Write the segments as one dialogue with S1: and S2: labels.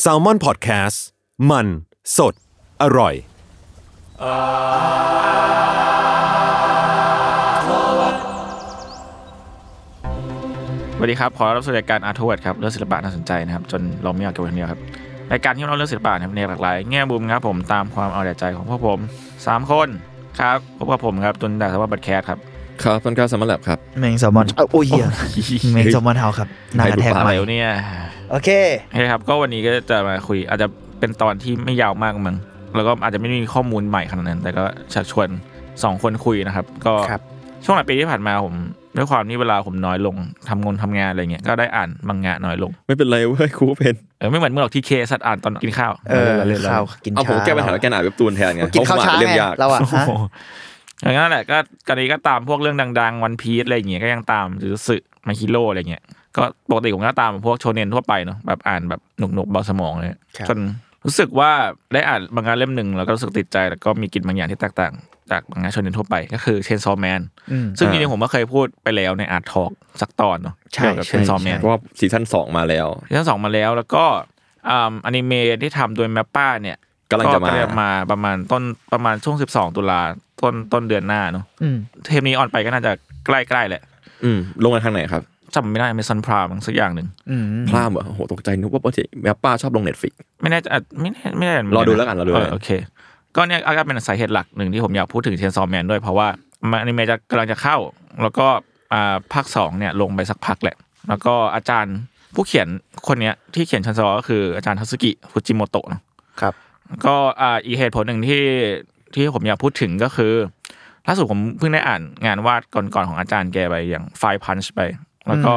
S1: แซลมอนพอดแคสต์มันสดอร่อย
S2: สวัสดีครับ ขอรับสู่รายการอาร์ทเวิร์ดครับเรื่องศิลปะน่าสนใจนะครับ จนเราไม่อยากเก็บไว้คนเดียวครับรายการที่เราเรื่องศิลปะนะครับในหลากหลายแง่มุมครับผมตามความเอาแต่ใจของพวกผมสามคนครับพบกับผมครับจนดาสวัสดิ์บัตรแคทครับ
S3: ครับต้นกล้าสมรลับครับ
S4: แมงแซลมอนเอ้าโอ้ยเหี้ยแมงแซลมอนเฮาครับหนากระแทก
S3: ใครดูปาก
S4: ใหม่
S2: เดี๋ยวเนี่ย
S4: โอเค
S2: นะครับก็วันนี้ก็จะมาคุยอาจจะเป็นตอนที่ไม่ยาวมากมั้งแล้วก็อาจจะไม่มีข้อมูลใหม่ขนาดนั้น แต่ก็ชักชวนสองคนคุยนะครับ ก็
S4: ครับ
S2: ช่วงหลายปีที่ผ่านมาผมด้วยความที่เวลาผมน้อยลงทำงานทำงานอะไรเงี้ยก็ได้อ่านมังงะน้อยลง
S3: ไม่เป็นไรเว้ยครูเป็น
S2: เออไม่เหมือนเมื่อหรอกที่เคสัตว์อ่านตอนกินข้าว
S4: เออข้าวกิน
S3: เอาผมแก้ปัญหาด้วยการอ่านเว็บตูนแทนไง
S4: เอกินข้าว
S3: พระ
S4: ช้า
S3: อ่นเล่
S4: ไง
S3: มยาก
S4: เราอะฮะ
S2: โอ้โหอย่างนั้นแหละก็ตอนนี้ก็ตามพวกเรื่องดังๆ วันพีซอะไรอย่างเงี้ยก็ยังตามหรือสึมาคิโร่อะไรเงี้ยก็ปกติผมก็ตามพวกโชเนนทั่วไปเนาะแบบอ่านแบบหนุกๆเบาสมองเลยจนรู้สึกว่าได้อ่านบางงานเล่มหนึ่งแล้วก็รู้สึกติดใจแล้วก็มีกลิ่นบางอย่างที่แตกต่างจากบางงานโชเนนทั่วไปก็คือเชนซอแมน
S4: อืม
S2: ซึ่งจริงๆผมก็เคยพูดไปแล้วในอาร์ทอกสักตอนเนาะ
S4: ใช่
S2: เกี่ยวกับเชนซอแมน
S4: ใช่
S3: เพราะว่าซีซั่นสองมาแล้ว
S2: ซีซั่นสองมาแล้วแล้วก็อมอนิเมะที่ทำโดยแมปป้าเนี่ย
S3: กำลังจะมา
S2: มาประมาณต้นประมาณช่วง 12 ตุลาต้นต้นเดือนหน้าเนอะ
S4: อืม
S2: เทปนี้ออนไปก็น่าจะใกล้ๆแหละ
S3: อืมลงกันทางไหนครับ
S2: จำไม่ได้ Amazon Prime สักอย่างหนึ่ง
S4: อืม
S3: พลาดเหรอโหตกใจนึกว่าปกติแมปป้าชอบลงเน็ตฟิก
S2: ไม่แน่ใจอ่ะไม่แน่ไม่แน่ใจเหมืน
S3: รอดู
S2: ะ
S3: แล้วกันรอดู
S2: เ
S3: แล้วกัน
S2: โอเค ก็เนี่ยก็เป็นสาเหตุหลักหนึ่งที่ผมอยากพูดถึงเชนซอมแมนด้วยเพราะว่ามันอนิเมะจะกำลังจะเข้า แล้วก็อ่าภาคสองเนี่ยลงไปสักพักแหละ แล้วก็อาจารย์ผู้เขียนคนเนี้ยที่เขียนเชนซอก็คืออาจารย์ทัสึกิฟูจิโมโตะเนอะ
S4: ครับ
S2: ก็อ่าอีกเหตุผลหนึ่งที่ที่ผมอยากพูดถึงก็คือล่าสุดผมเพิ่งได้อ่านงานวาดก่อนๆของอาจารย์แกไปอย่างไฟพันช์ไป แล้วก็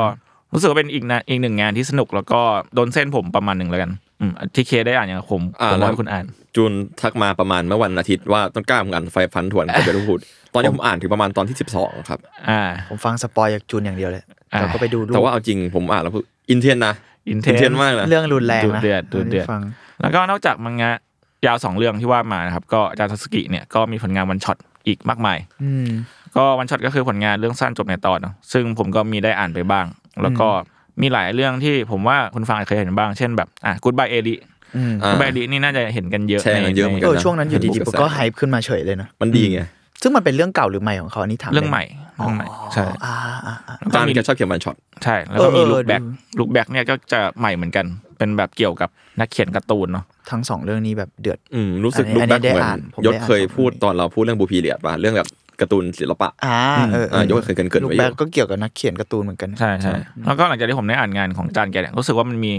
S2: รู้สึกว่าเป็นอีกนะอีกหนึ่งงานที่สนุกแล้วก็โดนเส้นผมประมาณหนึ่งแล้วกันอืมที่เคได้อ่านอย่างผม
S3: อ่า
S2: ผ
S3: แล้ว
S2: ม่าว ให้คุณอ่าน
S3: จูนทักมาประมาณเมื่อวันอาทิตย์ว่าต้นกล้าเหมือนกันไฟพันทวน กับเบลูพูด ตอนนี้ผมอ่านถึงประมาณตอนที่สิบสองครับ
S2: อ่า
S4: ผมฟังสปอยจากจูนอย่างเดียวเลย
S2: อ่า
S4: เราก็ไปดูรูป
S3: แต่ว่าเอาจริงผมอ่านแล้วอินเทนนะ
S2: อินเท
S3: intense
S2: น
S3: มากนะ
S4: เรื่องรุนแรงนะ
S2: ดูเดือดดูเดือด
S4: ให้ฟัง
S2: แล้วก็นอกจากมังงะยาวสองเรื่องที่ว่ามานะครับก็อาจารย์ทัสึกิเนี่ยก็มีผลงานวันช็อตอีกมากมาย
S4: อืม
S2: ก็วันช็อตก็คือผลงานเรื่องสั้นจบในตอนเนอะซึ่งผมก็มีได้อ่านไปบ้าง แล้วก็มีหลายเรื่องที่ผมว่าคุณฟังอาจเคยเห็นบ้าง เช่นแบบอ่ะกูดบายเอริ
S4: อืม
S3: อ่า
S2: กูดบายเอรินี่น่าจะเห็นกันเยอะ
S3: แชร์กันเยอะเหมือนกั
S4: เออช่วงนั้นอยู่ดีๆผมก็ไฮป์ขึ้นมาเฉยเลยนะ
S3: มันดีไง
S4: ซึ่งมันเป็นเรื่องเก่าหรือใหม่ของเขาอันนี้ถาม
S2: เรื่องใหม่
S4: อ๋อ
S2: เรื่องใหม่ใช่
S4: อ่าอ่าอ่า
S3: อาจารย์แกชอบเขียนวันช็อต
S2: ใช่แล้วก็มี
S4: เออเออ
S2: ลูกแบ็ก
S4: ดู
S2: ลูกแบ็กเนี่ยก็จะใหม่เหมือนกัน เป็นแบบเกี่ยวกับนักเขียนการ์ตูนเนาะ
S4: ทั้งสองเรื่องนี้แบบเดือด
S3: อืมรู้สึก
S4: อันนี้
S3: ลุกแบ็กเหมือ
S4: อันนี้ได้อ่าน
S3: น
S4: ผม
S3: ย
S4: ได้
S3: ศ
S4: อ่าน
S3: เคยพูดตอนเราพูดเรื่องบูพีเลียดป่ะเรื่องแบบการ์ตูนศิลปะ
S4: อ่าเออเอ
S3: อ่า
S4: อย
S3: กเคยเกินๆ
S4: ลูก
S3: ไว้อยู่
S4: แบ็กก็เกี่ยวกับนักเขียนการ์ตูนเหมือนกัน
S2: ใช่ใช่แล้วก็หลังจากที่ผมได้อ่านงานของจานแกเนี่ยรู้สึกว่ามันมี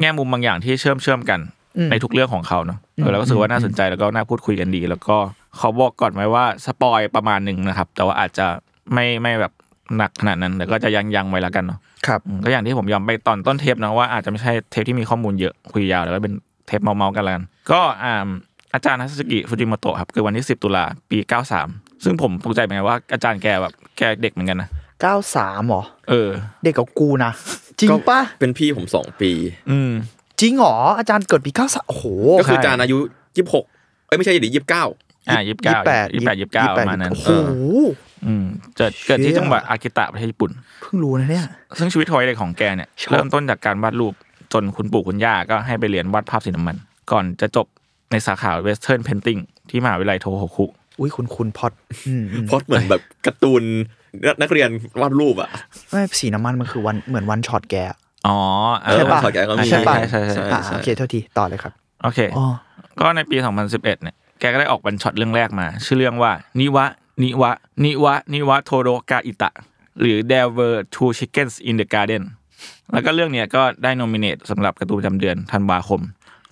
S2: แง่มุมบางอย่างที่เชื่อมเชื่อมกัน
S4: อืม
S2: ในทุกเรื่องของเขาเนาะเออแล้วก็รู้สึกว่าน่าสนใจแล้วก็น่าพูดคุยกันดี แล้วก็ขอบอกก่อนไว้ว่าสปอยประมาณหนึ่งนะครับ แต่ว่าอาจจะไม่ไม่แบบหนักขนาดนั้นแต่ก็จะยังยังไว้ละกันเนาะ
S4: ครับ
S2: อืมก็อย่างที่ผมยอมไปตอนต้นเทปนะว่าอาจจะไม่ใช่เทปที่มีข้อมูลเยอะคุยยาวแล้วก็เป็นเทปเมาๆกันแล้วกันก็อ่าอาจารย์ฮัตสึกิฟูจิโมโตะครับคือวันที่ 10 ตุลาปี 93 ซึ่งผมตกใจเหมือนกันว่าอาจารย์แกแบบแกเด็กเหมือนกันนะ
S4: 93เหรอ
S2: เออ
S4: เด็กกับกูนะ จริง
S3: ก็
S4: ปะ
S3: เป็นพี่ผมสองปี
S2: อืม
S4: จริงเหรอ อาจารย์เกิดปี93โอ้โห
S3: ก็คือ
S2: ใช่
S3: จานอายุยี่สิบหกเอ้ยไม่ใช่ดิยี่สิบเก้า
S2: อ่ายี่สิบเก้า
S4: 28
S2: ยี่สิบแปดยี่สิบเก้าประมาณนั้น
S4: โอ้
S2: เ
S4: โห
S2: อออืมเกิดเกิดที่
S4: เชี่ย
S2: จังหวัดอากิตะประเทศญี่ปุ่น
S4: เพิ่งรู้นะเนี่ย
S2: ซึ่งชีวิตทอยเด็กของแกเนี่ย
S4: ชอบ
S2: เริ่มต้นจากการวาดรูปจนคุณปู่คุณย่าก็ให้ไปเรียนวาดภาพสีน้ำมัน ก่อนจะจบในสาขาเวสเทิร์นเพนติงที่มหาวิทยาลัยโทโฮคุ
S4: อุ้ยคุณคุณพอดอืม
S3: เพราะเหมือนแบบการ์ตูนนักเรียนวาดรูปอ่ะ
S4: ไม่สีน้ำมันมันคือวันเหมือนวันช็อตแก
S2: อ๋อเออ
S4: ใช่
S3: เอ
S4: ปะ
S3: อพอแกก็มี
S4: ใช่ปะ
S2: ใช่ใช่
S3: ใช่
S4: อ่ะโอเคเท่าทีต่อเลยครับ
S2: โอเค
S4: อ๋อ
S2: ก็ในปี 2011 เนี่ย แกก็ได้ออกบันช็อตเรื่องแรกมา ชื่อเรื่องว่า นิวะ นิวะ นิวะ นิวะ โทโรกาอิตะ หรือ There were two chickens in the garden แล้วก็เรื่องเนี้ยก็ได้โนมิเนตสำหรับการ์ตูนประจำเดือนธันวาคม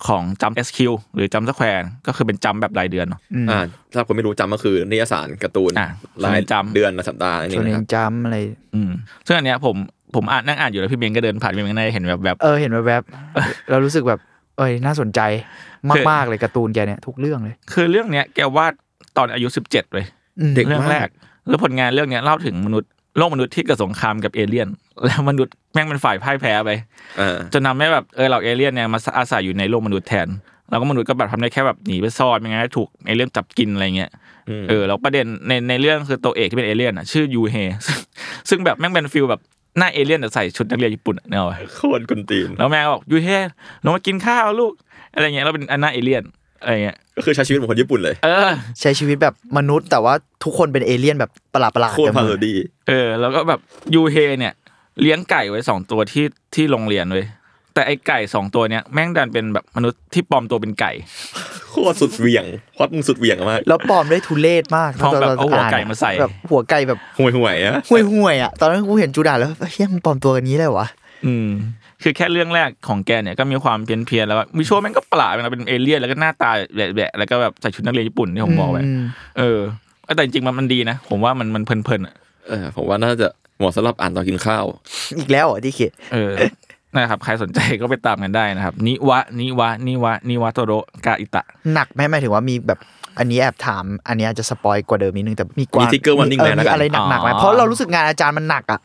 S2: ของจำ SQ หรือจำสแควร์ก็คือเป็นจำแบบรายเดือนเนอะ
S4: อืม
S3: อ่าถ้าคนไม่รู้จำก็คือนิยสารการ์ตูน
S2: อ่ะ
S3: ราย
S2: จำ
S3: เดือนละสัปดาห์นี่
S4: ส่วน
S3: นะ
S4: เอ
S3: ครั
S4: ง
S3: บ
S4: จำอะไร
S2: อืมซึ่งอันเนี้ยผมผมอ่านนั่งอ่านอยู่แล้วพี่เบงก็เดินผ่านพี่เบงก็ได้เห็นแบบแบบ
S4: เออเห็นแวบๆเรารู้สึกแบบ เอ้ยน่าสนใจมากๆเลยการ์ตูนแกเนี่ยทุกเรื่องเลย
S2: คือเรื่องเนี้ยแกวาดตอนอายุ 17เลย
S4: อืม
S3: เด็ก
S2: เรื่องแร
S3: มาก ก
S2: แล้วผลงานเรื่องเนี้ยเล่าถึงมนุษย์โลกมนุษย์ที่เกิดสงครามกับเอเลี่ยน แล้วมนุษย์แม่งเป็นฝ่ายพ่ายแพ้ไป
S3: อ่า
S2: จนทำให้แบบเออเราเอเลี่ยนเนี่ยมาอาศัยอยู่ในโลกมนุษย์แทน แล้วก็มนุษย์ก็แบบทำได้แค่แบบหนีไปซ่อนไม่งั้นถูกเอเลี่ยนจับกินอะไรเงี้ย
S3: อืม
S2: เออแล้วประเด็นในในเรื่องคือตัวเอกที่เป็นเอเลี่ยนอ่ะชื่อยูเฮ ซึ่งแบบแม่งเป็นฟิลแบบหน้าเอเลี่ยนแต่ใส่ชุดนักเรียนญี่ปุ่นอะเนกอะ
S3: โคตรกุนตีน
S2: แล้วแม่ก็บอกยูเฮลงมากินข้าวลูกอะไรเงี้ยแล้วเป็นอันหน้าเอเลี่ยนอะไรเงี้ย
S3: ก็คือใช้ชีวิตเหมือนคนญี่ปุ่นเลย
S2: เออ
S4: ใช้ชีวิตแบบมนุษย์แต่ว่าทุกคนเป็นเอเลี่ยนแบบประหลาดประหลาด
S3: โคตรพาโรดี
S2: เออแล้วก็แบบยูเฮเนี่ย เลี้ยงไก่ไว้สองตัวที่ที่โรงเรียนเว้ยแต่ไอไก่สองตัวเนี้ยแม่งดันเป็นแบบมนุษย์ที่ปลอมตัวเป็นไก่
S3: โคตรสุดเหวี่ยงพอดมึงสุดเหวี่ยงมาก
S4: แล้วปลอมได้ทุเลศมาก
S2: ปลอมแบบ
S4: ตน
S2: เอาหัวไก่
S4: น
S2: มาใส่
S4: แบบหัวไก่แบบ
S3: ห่วยห่วยๆอะ
S4: ห่วยห่วยๆอ่ะตอนนั้นกูเห็นจูดาแล้วเฮ้ยมันปลอมตัวกันนี้เลยวะ
S2: อืมคือแค่เรื่องแรกของแกเนี่ยก็มีความเพี้ยนเพียนๆแล้วมิชัวแม่งก็ประหลาดไปนะเป็นเอเลี่ยนแล้วก็หน้าตาแหวะๆแล้วก็แบบใส่ชุดนักเรียนญี่ปุ่นที่ผมบอกไป
S4: ม
S2: เออแต่จริงๆมันมันดีนะ ผมว่ามันมันเพลินๆอะ
S3: เออผมว่าน่าจะเหมาะสำหรับอ่านตอนกินข้าว
S4: อีกแล้วเหรอ่ะที่เขต
S2: เออนะครับใครสนใจก็ไปตามกันได้นะครับนิวะนิวะนิวะนิวะโตโรกาอิตะ
S4: หนักไหมหมายถึงว่ามีแบบอันนี้แอบถาม อันนี้อาจจะสปอยกว่าเดิมนิดนึงแต่มีกว่า
S3: มี trigger warning
S4: เอ
S3: ไหม
S4: อ
S3: แล้ว
S4: มี
S3: กัน
S4: อะไรหนักๆไหม
S2: อ๋อ
S4: เพราะเรารู้สึกงานอาจารย์มันหนักอ่ะ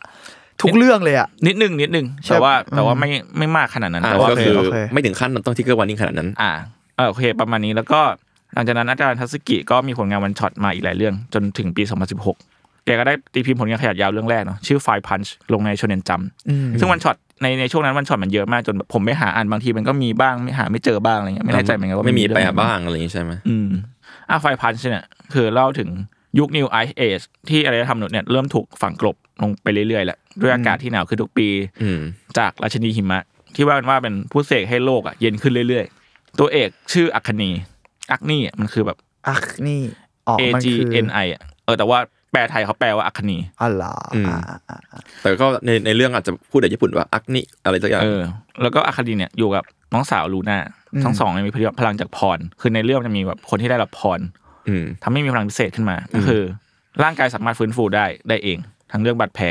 S4: ทุกเรื่องเลยอ่ะ
S2: นิดนึงนิดนึง
S4: ใช่
S2: แต่ว่า
S4: อืม
S2: แต่ว่าไม่ไม่มากขนาดนั้น
S3: อ่า
S2: แต่ว่า
S3: ก็คือ
S4: โอเค
S3: ไม่ถึงขั้นต้องทิกเกอร์วันนิ่งขนาดนั้น
S2: อ่าเออโอเคประมาณนี้แล้วก็หลังจากนั้นอาจารย์ทัศกิก็มีผลงานวันช็อตมาอีกหลายเรื่อง จนถึงปี 2016 แกก็ได้ตีพิมพ์ผลงานขนาดยาวเรื่องแรกเนาะชื่อไฟพันช์ลงในโชเนนจัม
S4: อืม
S2: ซึ่งวันช็อตในในช่วงนั้นวันช็อตมันเยอะมากจนแบบผมไม่หาอ่านบางทีมันก็มีบ้างไม่หาไม่เจอบ้างอะไรเงี้ยไม่แน่ใจเหมือนกันว่า
S3: ไม่มี
S2: เรื่อง
S3: แปล
S2: หน
S3: บ้างอะไรอย่างนี้ใช่ไหม
S2: อืมอ่ะไฟพันช์เนี่ยคือเล่าถึงยุคนิวไอเอชที่อารยธรรมมนุษย์เนี่ยเริ่มถูกฝังกลบลงไปเรื่อยๆแหละด้วยอากาศที่หนาวขึ้นทุกปี
S3: อืม
S2: จากราชนีหิมะ ที่ว่ากันว่าเป็นผู้เสกให้โลกอ่ะเย็นขึ้นเรื่อยๆ ตัวเอกชื่ออัคคนี อักนี่อ่ะมันคือแบบ
S4: อักนี่ออก
S2: A
S4: มัน
S2: G
S4: คือ
S2: N I อ่ะเออแต่ว่าแปลไทยเขาแปลว่าอัคคนี
S4: อ๋อเหรอ
S3: อืม
S4: อ่าอ่าอ่า
S3: แต่ก็ในในเรื่องอาจจะพูดแต่ญี่ปุ่นว่าอักนิอะไรสักอย่าง
S2: เออ แล้วก็อัคคนีเนี่ยอยู่กับน้องสาวลูน่าทั้งสองเนี่ยมีพลังจากพร คือในเรื่องมันจะมีแบบคนที่ได้รับพร
S3: อืม
S2: ทำให้มีพลังพิเศษขึ้นมา ก็คือ ร่างกายสามารถฟื้นฟูได้ได้เอง ทั้งเรื่องบาดแผล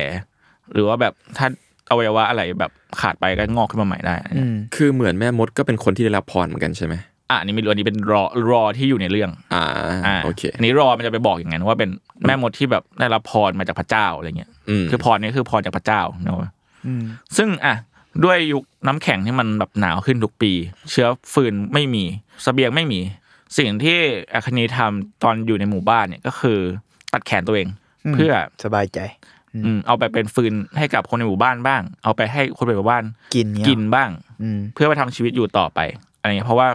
S2: หรือว่าแบบถ้าอวัยวะอะไรแบบขาดไปก็งอกขึ้นมาใหม่ได้
S4: อืม
S3: คือเหมือนแม่มดก็เป็นคนที่ได้รับพรเหมือนกันใช่ไหม
S2: อ่ะอันนี้ไม่รู้อันนี้เป็นรอรอที่อยู่ในเรื่อง
S3: อ่า
S2: อ่า
S3: โอเค
S2: อันนี้รอมันจะไปบอกอย่างนั้นว่าเป็นแม่มดที่แบบได้รับพรมาจากพระเจ้าอะไรเงี้ย
S3: อืม
S2: คือพรเนี่ยคือพรจากพระเจ้าเนอะ
S4: อืม
S2: ซึ่งอ่ะด้วยยุคน้ำแข็งที่มันแบบหนาวขึ้นทุกปี เชื้อฟืนไม่มีเสบียงไม่มี สิ่งที่อาคนีทำตอนอยู่ในหมู่บ้านเนี่ยก็คือตัดแขนตัวเองเพื่อ
S4: สบายใจ
S2: อืมเอาไปเป็นฟืนให้กับคนในหมู่บ้านบ้าง เอาไปให้คนในหมู่บ้าน
S4: กินเงี้ย
S2: กินบ้าง
S4: อืม
S2: เพื่อไปทำชีวิตอยู่ต่อไปอะไรเงี้ยเพราะว่า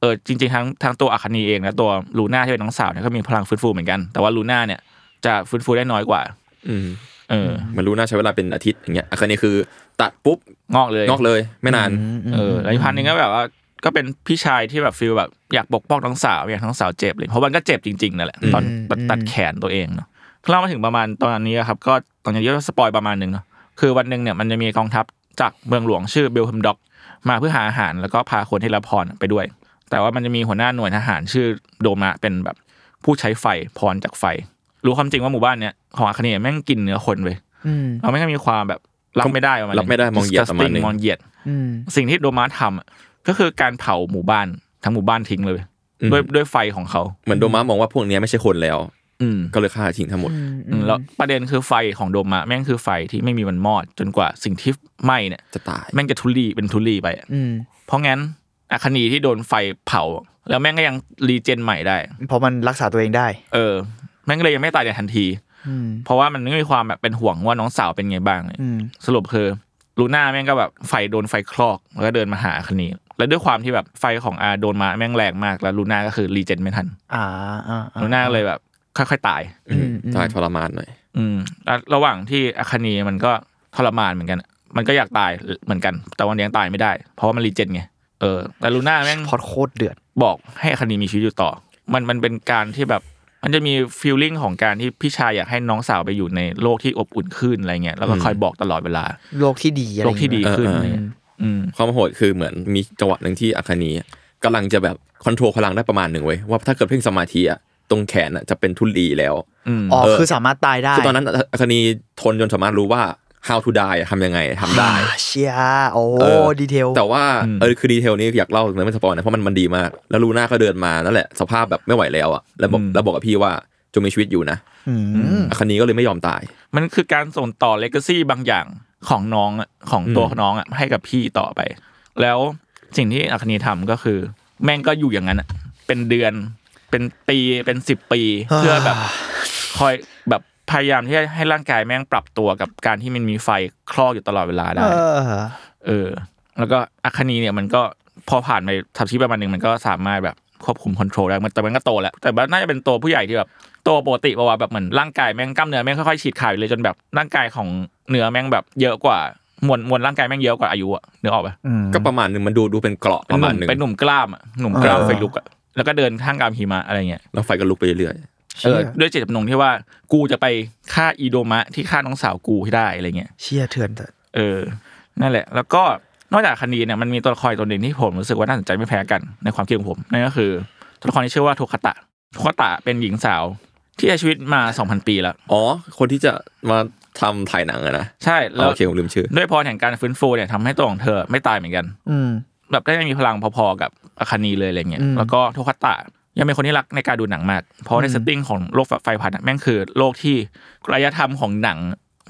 S2: เออจริงๆทั้งทั้งตัวอาคานีเองและตัวลูน่าที่เป็นน้องสาวเนี่ยก็มีพลังฟื้นฟูเหมือนกัน แต่ว่าลูน่าเนี่ยจะฟื้นฟูได้น้อยกว่า
S3: อืม
S2: เออ
S3: มันรู้น่าใช้เวลาเป็นอาทิตย์อย่างเงี้ยอันนี้คือตัดปุ๊บ
S2: งอกเลย
S3: งอกเลยไม่นาน
S2: เออแล้วอีกพันหนึ่งก็แบบว่าก็เป็นพี่ชายที่แบบฟีลแบบอยากปกป้องน้องสาวอยากให้น้องสาวเจ็บเลยเพราะมันก็เจ็บจริงๆนั่นแหละตอน
S4: อืม
S2: ตัดตัดแขนตัวเองเนาะเล่ามาถึงประมาณตอนนี้ครับก็ตอนนี้ก็สปอยประมาณหนึ่งเนาะ คือวันหนึ่งเนี่ยมันจะมีกองทัพจากเมืองหลวงชื่อเบลเฮมด็อก มาเพื่อหาอาหารแล้วก็พาคนที่รับพรไปด้วย แต่ว่ามันจะมีหัวหน้าหน่วยทหารชื่อโดมะเป็นแบบผู้ใช้ไฟพรจากไฟ รู้ความจริงว่าหมู่บ้านเนี่ยของอาคเนียแม่งกินเนื้อคนไป
S4: อืม
S2: เราไม่งก็มีความแบบรับไม่ได้ประมาณ
S3: รับไม่ได้มองเหยียดประมาณหนึ่ง
S2: งมองเหยียด
S4: อืม
S2: สิ่งที่โดมาทำอะก็คือการเผาหมู่บ้านทั้งหมู่บ้านทิ้งเลย
S3: อืม
S2: ด้วยด้วยไฟของเขา
S3: เหมือนโดมามองว่าพวกเนี้ยไม่ใช่คนแล้ว
S2: อืม
S3: ก็เลยฆ่าทิ้งทั้งหมด
S2: อืมแล้วประเด็นคือไฟของโดมาแม่งคือไฟที่ไม่มีวันมอด จนกว่าสิ่งที่ไหม้เนี่ย
S3: จะตาย
S2: แม่งจะทุลีเป็นทุลีไปอะ
S4: อืม
S2: เพราะงั้นอาคณีที่โดนไฟเผา แล้วแม่งก็ยังรีเจนใหม่ได้
S4: เพราะมันรักษาตัวเองได้
S2: เออ แม่งก็เลยยังไม่ตายในทันที
S4: อืม
S2: เพราะว่ามันไม่มีความแบบเป็นห่วงว่าน้องสาวเป็นไงบ้างเลย
S4: อืม
S2: สรุปคือลูน่าแม่งก็แบบไฟโดนไฟคลอกแล้วก็เดินมาหาอาคณีแล้วด้วยความที่แบบไฟของอาโดนมาแม่งแรงมากแล้วลูน่าก็คือรีเจนไม่ทัน
S4: อ่าอ่าอ่า
S2: ลูน่าเลยแบบค่อยๆตาย
S4: อืม
S3: ตายทรมานหน่อย
S2: อืมแล้วระหว่างที่อาคานีมันก็ทรมานเหมือนกัน มันก็อยากตายเหมือนกัน แต่วันเลี้ยงตายไม่ได้ เพราะว่ามันรีเจนไงเออแต่ลูน่าแม่ง
S4: พล็อดโคตรเดือด
S2: บอกให้คดีมีชีวิตอยู่ต่อ มันมันเป็นการที่แบบ มันจะมีฟีลลิ่งของการที่พี่ชายอยากให้น้องสาวไปอยู่ในโลกที่อบอุ่นขึ้นอะไรเงี้ย แล้วก็คอยบอกตลอดเวลา
S4: โลกที่ดีอะไร
S2: โลกที่ดี
S4: อ
S2: ขึ้น
S3: เออ
S4: ย่างเงี้ย
S2: อะไรเงี้ยอืม
S3: ความโหดคือเหมือนมีจังหวะหนึ่งที่อาคานีกำลังจะแบบคอนโทรลพลังได้ประมาณหนึ่งเว้ยว่าถ้าเกิดเพ่งสมาธิอะตรงแขนอะจะเป็นทุลีแล้ว
S2: อืม
S4: อ๋อ
S3: เออ
S4: คือสามารถตายได้
S3: คือตอนนั้นอาคานีทนจนสามารถรู้ว่า how to die อะทำยังไงทำได้
S4: อ่าเชียโอ้
S3: เออ
S4: ดีเทล
S3: แต่ว่า
S2: อืม
S3: เออคือดีเทลนี้อยากเล่าเลยไม่สปอยนะเพราะมันมันดีมาก แล้วลูน่าก็เดินมานั่นแหละสภาพแบบไม่ไหวแล้วอ่ะแล้วบอกแล้วบอกกับพี่ว่าจงมีชีวิตอยู่นะ
S4: อืม
S3: อาคานีก็เลยไม่ยอมตาย
S2: มันคือการส่งต่อเลก a ซี่บางอย่างของน้องอะของตัว
S3: อืม
S2: น้องอะให้กับพี่ต่อไป แล้วสิ่งที่อัคนีทำก็คือ แม่งก็อยู่อย่างนั้นอะเป็นเดือนเป็นปีเป็นสิบปี
S4: อ่า
S2: เพื่อแบบคอยแบบพยายามที่จะให้ร่างกายแม่งปรับตัวกับการที่มันมีไฟคลอกอยู่ตลอดเวลาได้
S4: เออ
S2: เออ แล้วก็อัคนีเนี่ยมันก็พอผ่านไปทับชีประมาณหนึ่งมันก็สามารถแบบควบคุมคอนโทรลได้มันแต่มันก็โตแล้ว แต่มันน่าจะเป็นตัวผู้ใหญ่ที่แบบโตปกติปะวะแบบเหมือนร่างกายแม่งกล้ามเนื้อแม่งค่อยๆฉีดขาดไปเลยจนแบบร่างกายของเนื้อแม่งแบบเยอะกว่ามวลมวลร่างกายแม่งเยอะกว่าอายุอะนึกออกปะ
S4: อืม
S3: ก็ประมาณหนึ่งมันดูดูเป็นเกราะ
S2: เป็น
S3: ประ
S2: ห
S3: มา
S2: นุ่
S3: ณ
S2: ม
S3: หนึ่ง
S2: เป็นหนุ่มกล้ามอะหนุ่มกล้าม
S4: เออ
S2: ไฟลุกอะแล้วก็เดินข้างกามหิมะอะไรเงี้ย
S3: แล้วไฟก็ลุกไปเรื่อย
S2: เออ
S4: เชี่ย
S2: ด้วยเจตจำนงที่ว่ากูจะไปฆ่าอีโดมะที่ฆ่าน้องสาวกูให้ได้อะไรเงี้ย
S4: เชี่ยเถื่อนเถอะ
S2: เออ นั่นแหละ แล้วก็นอกจากคดีเนี่ยมันมีตัวละครอีกตัวหนึ่งที่ผมรู้สึกว่าน่าสนใจไม่แพ้กันในความคิดของผมนั่นก็คือตัวละครที่ชื่อว่าทุคตะทุคตะเป็นหญิงสาวที่ใช้ชีวิตมา 2,000 ปีแล้ว
S3: ๆอ๋อ คนที่จะมาทำถ่ายหนังอะนะ
S2: ใช่
S3: อ๋
S2: แล้
S3: อ
S2: ว
S3: โอเคผมลืมชื่อ
S2: ด้วยพรแห่งการฟื้นฟูเนี่ยทำให้ตัวของเธอไม่ตายเหมือนกัน
S4: อืม
S2: แบบได้มีพลังพอๆกับอาคานีเลยอะไรเงี้ย
S4: อืม
S2: แล้วก็ทุคตะยังเป็นคนที่รักในการดูหนังมาก เพราะในเซตติ้งของโลกไฟพัดอะแม่งคือโลกที่กายธรรมของหนัง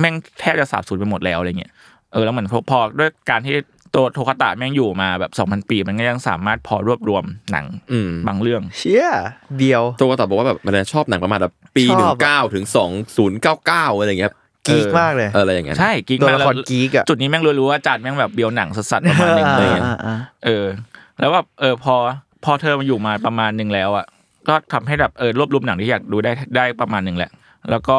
S2: แม่งแทบจะสาบสูญไปหมดแล้วอะไรเงี้ยเออแล้วเหมือนพอพอด้วยการที่ตัวโทคตะแม่งอยู่มาแบบ 2,000 ปี มันก็ยังสามารถพอรวบรวมหนัง
S3: อืม
S2: บางเรื่อง
S4: เชี่ยเบียว
S3: โจกตาบอกว่าแบบมันชอบหนังประมาณแบบปี
S4: ชอบ
S3: หนึ่ง
S4: อะ
S3: เก้าถึงสองศูนย์เก้าเก้าอะไรอย่างเงี้ย
S4: กีก
S3: เออ
S4: มากเลย
S3: อะไรอย่างเงี้ย
S2: ใช่กิ๊ก
S4: ตัว
S2: มาก
S4: ละคร
S2: แล้ว
S4: กิ๊กอะ
S2: จุดนี้แม่งรู้ๆว่าจัดแม่งแบบเบียวหนังสัสๆประมาณหนึงอะไร
S4: อ่า
S2: เงี้ย
S4: อ่าอ่า
S2: เออ แล้วแบบเออพอพอเธอมาอยู่มาประมาณหนึ่งแล้วอ่ะก็ทำให้แบบเออรวบรวมหนังที่อยากดูได้ได้ประมาณหนึ่งแหละ แล้วก็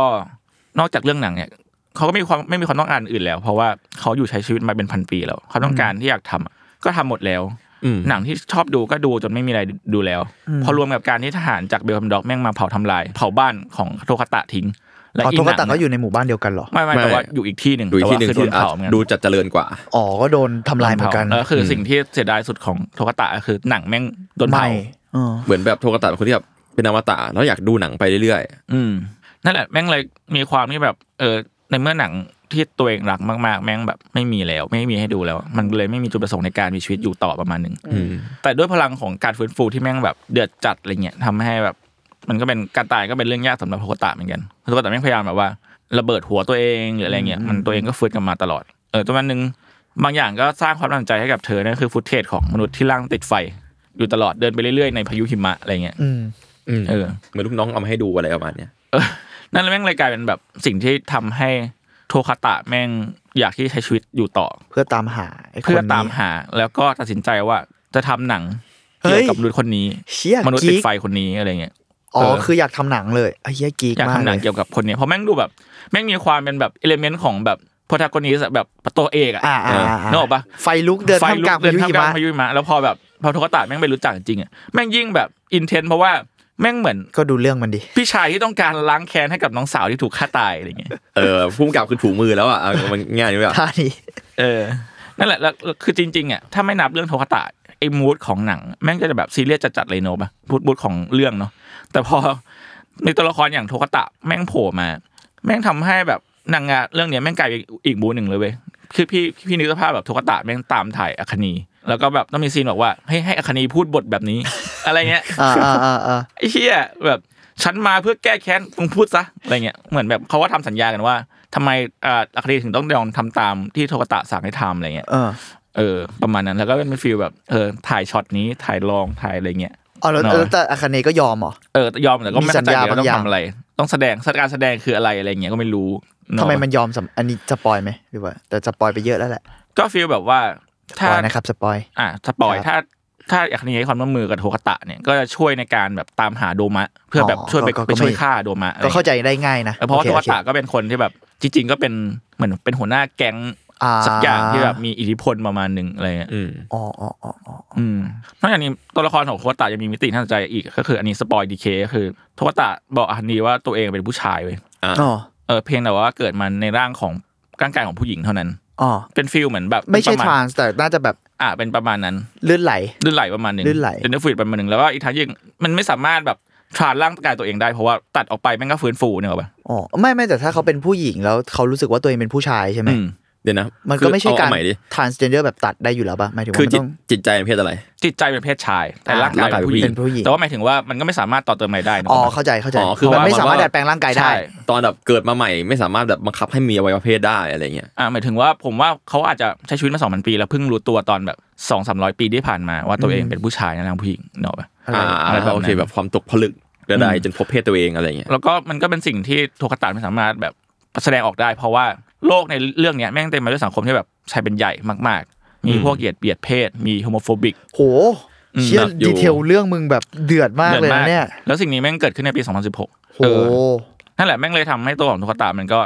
S2: นอกจากเรื่องหนังเนี่ยเขาก็ไม่มีความไม่มีความต้องการอื่นแล้ว เพราะว่าเขาอยู่ใช้ชีวิตมาเป็นพันปีแล้วความต้องการที่อยากทำอะก็ทำหมดแล้ว
S3: อืม
S2: หนังที่ชอบดูก็ดูจนไม่มีอะไรดูแล้ว พอรวมกับการที่ทหารจากเบลคัมด็อกแม่งมาเผาทำลาย เผาบ้านของโทคาตะทิ้ง และ
S4: อ๋อ
S2: อี
S4: ตัว
S2: ห
S4: กระ
S2: นัง
S4: ตะก็อยู่ในหมู่บ้านเดียวกันเหรอ
S2: ไม่ไม่แต่ว่าอยู่อีกที่หนึ่ง
S3: ดูอีก
S2: แต่ว่า
S3: ที่หนึ่ง
S2: คือโด
S3: ที่
S2: นเผาเหมือนกัน
S3: ดูจัดเจริญกว่า
S4: อ๋อ ก็โดนทำลายเหมือนกัน
S2: เออคือสิ่งที่เสียดายสุดของโทกตะก็คือหนังแม่งโดน
S4: ไม่
S2: เผา
S4: เออ
S3: เหมือนแบบโทกตาเป็นคนที่แบบเป็นอมตะแล้วอยากดูหนังไปเรื่อย
S2: อืมนั่นแหละแม่งเลยมีความที่แบบเออในเมื่อหนังที่ตัวเองรักมากๆ แม่งแบบไม่มีแล้ว ไม่มีให้ดูแล้ว มันเลยไม่มีจุดประสงค์ในการมีชีวิตอยู่ต่อประมาณหนึ่ง
S3: ๆอืม
S2: แต่ด้วยพลังของการฟื้นฟูที่แม่งแบบเดือดจัดอะไรเงี้ยทำให้แบบ มันก็เป็นการตายก็เป็นเรื่องยากสำหรับโทกตะเหมือนกันโทกตะแม่งพยายามแบบว่า ระเบิดหัวตัวเองหรืออะไรเงี้ยมันตัวเองก็ฟื้นกลับมาตลอดเออตัวมันหนึ่งบางอย่างก็สร้างความน่าสนใจให้กับเธอนั่นคือฟุตเทจของมนุษย์ที่ร่างติดไฟ อยู่ตลอดเดินไปเรื่อยๆในพายุหิมะอะไรเงี้ย
S4: อืม
S3: อืม
S2: เออ
S3: เหมือนลูกน้องเอามาให้ดูอะไรประมาณเนี้ย
S2: เออ นั่นแม่งเลยกลายเป็นแบบสิ่งที่ทำให้โทคาตะแม่งอยากที่ใช้ชีวิตอยู่ต่อ
S4: เพื่อตามหาไคน
S2: เพื่อตาม
S4: นี้
S2: หาแล้วก็ตัดสินใจว่าจะทำหนัง
S4: เฮ้ย
S2: เกี่ยวกับมนุษย์คนนี้
S4: เชี่ย
S2: มนุษย์ติ
S4: กิ๊
S2: ด
S4: ก
S2: ไฟคนนี้อะไรเงี้ย
S4: อ๋อ
S2: เออ
S4: คืออยากทำหนังเลยไอ้เหี้ยกีก
S2: อยาก
S4: มาก
S2: ทำห
S4: เล
S2: นัง
S4: ย
S2: เกี่ยวกับคนเนี้ยเพราะแม่งดูแบบแม่งมีความเป็นแบบเอลเมนต์ของแบบพทากอนิสแบบตัวเอกอะ
S4: อ่าอ่าอ่า
S2: เนกออกปะ
S4: ไฟลุกเดิน
S2: ไฟ
S4: ท่าม
S2: ลุ
S4: กลาง
S2: กเดิน
S4: พายุ
S2: ท่ามกลาม
S4: หิะ
S2: งพายุหิมะแล้วพอแบบพอโทกตะแม่งไปรู้จักจริงๆอ่ะแม่งยิ่งแบบอินเทนเพราะว่าแม่งเหมือน
S4: ก็ดูเรื่องมันดิ
S2: พี่ชายที่ต้องการล้างแค้นให้กับน้องสาวที่ถูกฆ่าตายอะไรเงี้ย
S3: เออพุ่มกับคือถูมือแล้วอ่ะเอามันง่ายนี่ แบบ
S4: ท่านี้
S2: เออนั่นแหละแล้วแล้วคือจริงๆอ่ะถ้าไม่นับเรื่องโทกตะไอ้มูดของหนัง แม่งก็จะแบบซีเรียสจัดๆเลยเนอะปะมูดมูดของเรื่องเนาะแต่พอมีตัวละครอย่างโทกตะแม่งโผล่มา แม่งทำให้แบบนางงามเรื่องเนี้ยแม่งกลายเป็นอีกมูดหนึ่งเลยเว้ยคือพี่พี่นึกสภาพแบบโทกตะแม่งตามถ่ายอคคณี แล้วก็แบบต้องมีซีนบอกว่าให้ให้อคคณีพูดบทแบบนี้ อะไรเงี้ย
S4: อ่าอ่าอ่าอ่า
S2: ไอ้เชี่ยแบบฉันมาเพื่อแก้แค้นมึงพูดซะอะไรเงี้ยเหมือนแบบเขาก็ทำสัญญากันว่าทำไมอ่าอัคดีถึงต้องยอมทำตามที่โทกตะสั่งให้ทำอะไรเงี้ย
S4: เออ
S2: เออประมาณนั้นแล้วก็เป็นฟีลแบบเออถ่ายช็อตนี้ถ่ายลองถ่ายอะไรเงี้ย
S4: อ๋อแล้ว
S2: เนอะ
S4: แล้วแต่อาคาเนก็ยอมเหรอ
S2: เออแต่ยอมแต่ก็ไม่เข้าใจ
S4: มีสัญญา
S2: ว่าต้อบ
S4: างองย่าง
S2: ทำอะไร ต้องแสดงการแสดงคืออะไรอะไรเงี้ยก็ไม่รู้เอะ
S4: ทำไมมันยอมสำอันนี้สปอยไหมหรือว่า แต่สปอยไปเยอะแล้วแหละ
S2: ก็ฟีลแบบว่า
S4: ส
S2: ถ้า
S4: ปอยนะครับสปอย
S2: อ่ะสปอย
S4: ครับ
S2: ถ้าถ้าอยากให้ความร่วมมือกับโทกตะเนี่ยก็จะช่วยในการแบบตามหาโดมะ เพื่อแบบ
S4: อ๋อ
S2: ช่วยไป
S4: ก็ก็
S2: ไปช่วย
S4: ไม่
S2: ฆ่าโดมะอะไร
S4: ก็
S2: เงี้ย
S4: เข้าใจได้ง่ายนะ
S2: เออเพราะว่า
S4: โอค
S2: ตัว
S4: โอค
S2: ตาก็เป็นคนที่แบบจริงๆก็เป็นเหมือนเป็นหัวหน้าแก๊ง
S4: อ่า
S2: สักอย่างที่แบบมีอิทธิพลประมาณหนึ่งอะไรเงี้ย
S3: อืม
S4: อ๋ออ๋ออ๋ออ๋อ
S2: อืมนอกจากนี้ตัวละครของโควตะยังมีมิติน่าสนใจอีกก็คืออันนี้สปอยดีเคก็คือโควตะบอกอันนี้ว่าตัวเองเป็นผู้ชายเว้ย
S4: อ๋อ
S2: เออเพียงแต่ว่าเกิดมาในร่างของร่างกายของผู้หญิงเท่านั้น
S4: อ๋อ
S2: เป็นฟิลเหมือนแบบ
S4: ไม่ใช่
S2: ประณ
S4: ทรานส์แต่น่าจะแบบ
S2: อ่าเป็นประมาณนั้น
S4: เลื่อนไหล
S2: ลื่นไหลประมาณหนึ่ง
S4: ลื่นไหล
S2: เดนเดอร์ฟประมาณหนึ่งแล้วก็อีกทางยังมันไม่สามารถแบบทรานร่างกายตัวเองได้เพราะว่าตัดออกไปแม่งก็ฟื้นฟูเนี่ยหรอกปะ
S4: อ๋อไม่ไม่แต่ถ้าเขาเป็นผู้หญิงแล้วเขารู้สึกว่าตัวเองเป็นผู้ชายใช่ไหม
S2: อืม
S3: เดี๋ยวนะ
S4: มันก็ไม่ใช่
S3: คือ
S4: การ
S3: เอาใหม่ดิ
S4: transgender แบบตัดได้อยู่แล้วป่ะหมายถึง
S3: คือ
S4: ว่า
S3: จิต
S4: มันต้อง
S3: จิตใจเป็นเพศอะไร
S2: จิตใจเป็นเพศชาย แต่
S4: อ่า
S2: ร่างกายเป็นผู้หญิง
S4: เป็นผู้หญิง
S2: แต่ว่าหมายถึงว่ามันก็ไม่สามารถต่อเติมอะไรได้นะ
S4: อ๋อเข้าใจเข้าใจ
S3: อ๋อคือ
S4: มัน
S3: ว่า
S4: ไม่สามารถดัดแปลงร่างกายได้
S2: ใช่
S3: ตอนแบบเกิดมาใหม่ไม่สามารถแบบบังคับให้มีอวัยวะเพศได้อะไรเงี้ย
S2: อ่าหมายถึงว่าผมว่าเขาอาจจะใช้ชีวิตมาสองพันปี แล้วเพิ่งรู้ตัวตอนแบบสองสามร้อยปีที่ผ่านมาว่าตัวเองเป็นผู้ชายในร่างผู้หญิงเนาะปะ
S4: อะไร
S3: อ่า
S2: อะไรแบบนั้น
S3: โอเคแบบความตกผลึกก็ได้จนพบเพศตัวเองอะไรเงี้ย
S2: แล้วก็มันก็เป็นสิ่งที่โทคาตะไม่สามารถแบบแสดงออกได้ เพราะว่าโลกในเรื่องเนี้ยแม่งเต็มไปด้วยสังคมที่แบบชายเป็นใหญ่มากๆ มีพวกเหยียดเบียดเพศมีโฮโมโฟบิก
S4: โหเชี่ยดีเทลเรื่องมึงแบบเดือดมากเลยนะเนี่ย
S2: แล้วสิ่งนี้แม่งเกิดขึ้นในปี 2016
S4: โห
S2: เออนั่นแหละแม่งเลยทำให้ตัวของตุ๊กตา มันก็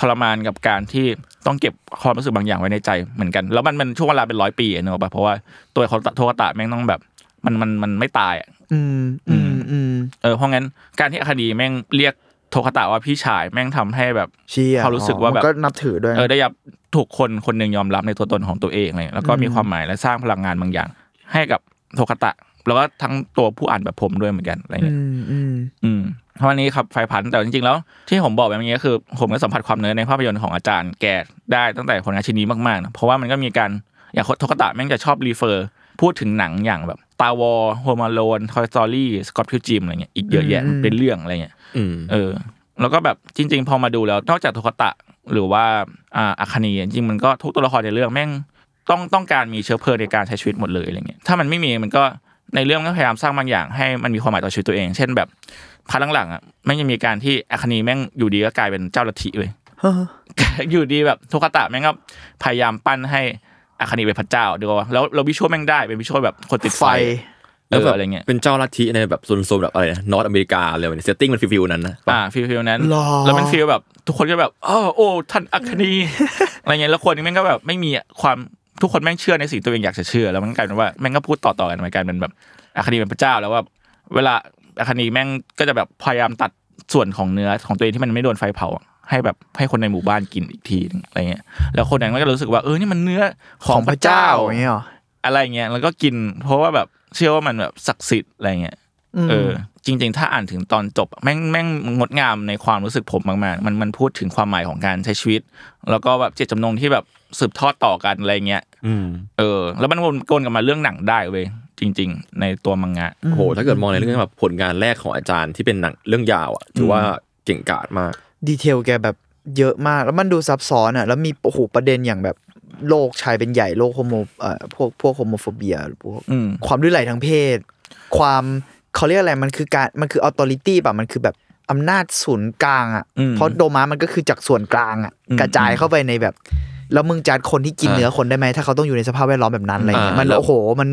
S2: ทรมานกับการที่ต้องเก็บความรู้สึกบางอย่างไว้ในใจเหมือนกัน แล้วมันมันช่วงเวลาเป็นร้อยปีอะเนกอะปะเพราะว่าตัวของตุ๊กตาแม่งต้องแบบ มันมันมันไม่ตายอะ
S4: อืมอืมอืม
S2: เออเพราะงั้นการที่อคดีแม่งเรียกโทคาตะว่าพี่ชายแม่งทำให้แบบ
S4: เชี่ย
S2: เขารู้สึกว่าแบบ
S4: มันก็นับถือด้วย
S2: เออได้รับถูกคนคนหนึ่งยอมรับในตัวตนของตัวเองอะไรอย่างเลยแล้วก็
S4: อืม
S2: มีความหมายและสร้างพลังงานบางอย่าง ให้กับโทคาตะ แล้วก็ทั้งตัวผู้อ่านแบบผมด้วยเหมือนกันอะไรอย่างเงี้ย
S4: อืมอืม
S2: อืมเพราะวันนี้ครับไฟพันธุ์แต่จริงๆแล้ว ที่ผมบอกแบบนี้ก็คือ ผมก็สัมผัสความเนื้อในภาพยนตร์ของอาจารย์แกได้ตั้งแต่ผลงานชิ้นนี้มากๆนะเพราะว่ามันก็มีการอย่างโทกตะแม่งจะชอบรีเฟอร์ พูดถึงหนังอย่างแบบตาวอโฮมาโลนทอยสตอรี่สกอตพิวจิมอะไรเงี้ยอีกเยอะแยะมันเป็นเรื่องอะไรเงี้ย
S3: อืม
S2: เออ แล้วก็แบบจริง ๆ พอมาดูแล้วนอกจากโทกตะหรือว่าอ่าอาคานีจริงๆมันก็ทุกตัวละครในเรื่องแม่งต้องต้องการมีเชื้อเพลิงในการใช้ชีวิตหมดเลยอะไรเงี้ยถ้ามันไม่มีมันก็ในเรื่องก็พยายามสร้างบางอย่าง ให้มันมีความหมายต่อชีวิตตัวเอง เช่นแบบ พักหลังๆอ่ะแม่งยังมีการที่อาคานีแม่งอยู่ดีก็กลายเป็นเจ้าลัทธิ เว้ย
S4: เฮ้อ
S2: อยู่ดีแบบทุกขตะแม่งก็พยายามปั้นให้อาคานีเป็นพระเจ้าดีกว่าแล้วเราวิชวลแม่งได้เป็นวิชวลแบบคนติดไฟ
S4: ไฟ
S2: เอออะไรเงี้ย
S3: เป็นเจ้าลัทธิในแบบโซนๆแบบอะไรนะนอตอเมริกาอะไรแบบเนี้เซตติ้งมันฟิลๆนั้นนะ
S2: อ่าฟีลฟีลนั้น
S4: หรอ
S2: แล้วมันฟีลแบบทุกคนก็แบบอ้อโอ้ท่านอาคานี อะไรเงี้ยแล้วคนนี้แม่งก็แบบไม่มีความทุกคนแม่งเชื่อในสิ่งตัวเองอยากจะเชื่อ แล้วมันกลายเป็นว่าแม่งก็พูดต่อๆกันมากลายเป็นแบบอาคานีเป็นพระเจ้าแล้วว่าเวลาอาคานีแม่งก็จะแบบพยายามตัดส่วนของเนื้อของตัวเองที่มันไม่โดนไฟเผาอะให้แบบให้คนในหมู่บ้านกินอีกทีนึงอะไรเงี้ยแล้วคนนั้นก็จะรู้สึกว่าเออนี่มันเนื้อข
S4: ข
S2: อ
S4: อง ง
S2: พ
S4: พ
S2: ระ
S4: ระ
S2: เจ้า
S4: เจ้าอย่างเงี้ยเหรอ
S2: อะไรเงี้ยแล้วก็กินเพราะว่าแบบเชื่อว่ามันแบบศักดิ์สิทธิ์อะไรเงี้ย
S4: ม
S2: เออจริง ๆ ถ้าอ่านถึงตอนจบแม่งแม่งงดงามในความรู้สึกผมมากๆ มันมันพูดถึงความหมายของการใช้ชีวิต แล้วก็แบบเจตจำนงที่แบบสืบทอดต่อกันอะไรเงี้ย
S3: อืม
S2: เออแล้วมันวนกลนกลับมาเรื่องหนังได้เว้ยจริง ๆ ในตัวมังงะ
S3: โอ้โหถ้าเกิดมองในเรื่องแบบผลงานแรกของอาจารย์ที่เป็นหนังเรื่องยาวอ่ะถือว่าเก่งกาจมาก
S4: ดีเทลแกแบบเยอะมาก แล้วมันดูซับซ้อนอ่ะ แล้วมีโอ้โหประเด็นอย่างแบบโลกชายเป็นใหญ่โลกโฮโมเอ่อพวกพวกโฮโมโฟเบียพวก
S2: อืม
S4: ความลื่นไหลทางเพศ ความเขาเรียกอะไรมันคือการมันคือออโตริตี้ป่ะมันคือแบบอำนาจศูนย์กลางอ่ะ
S2: อืม
S4: เพราะโดมามันก็คือจากส่วนกลางอ่ะ
S2: อืม
S4: กระจายเข้าไปในแบบ แล้วมึงจัดคนที่กิน
S3: อ่า
S4: เนื้อคนได้ไหมถ้าเขาต้องอยู่ในสภาพแวดล้อมแบบนั้นอะไรเงี้ย
S3: อ่า
S4: มัน
S3: แล้ว
S4: โอ้โหมัน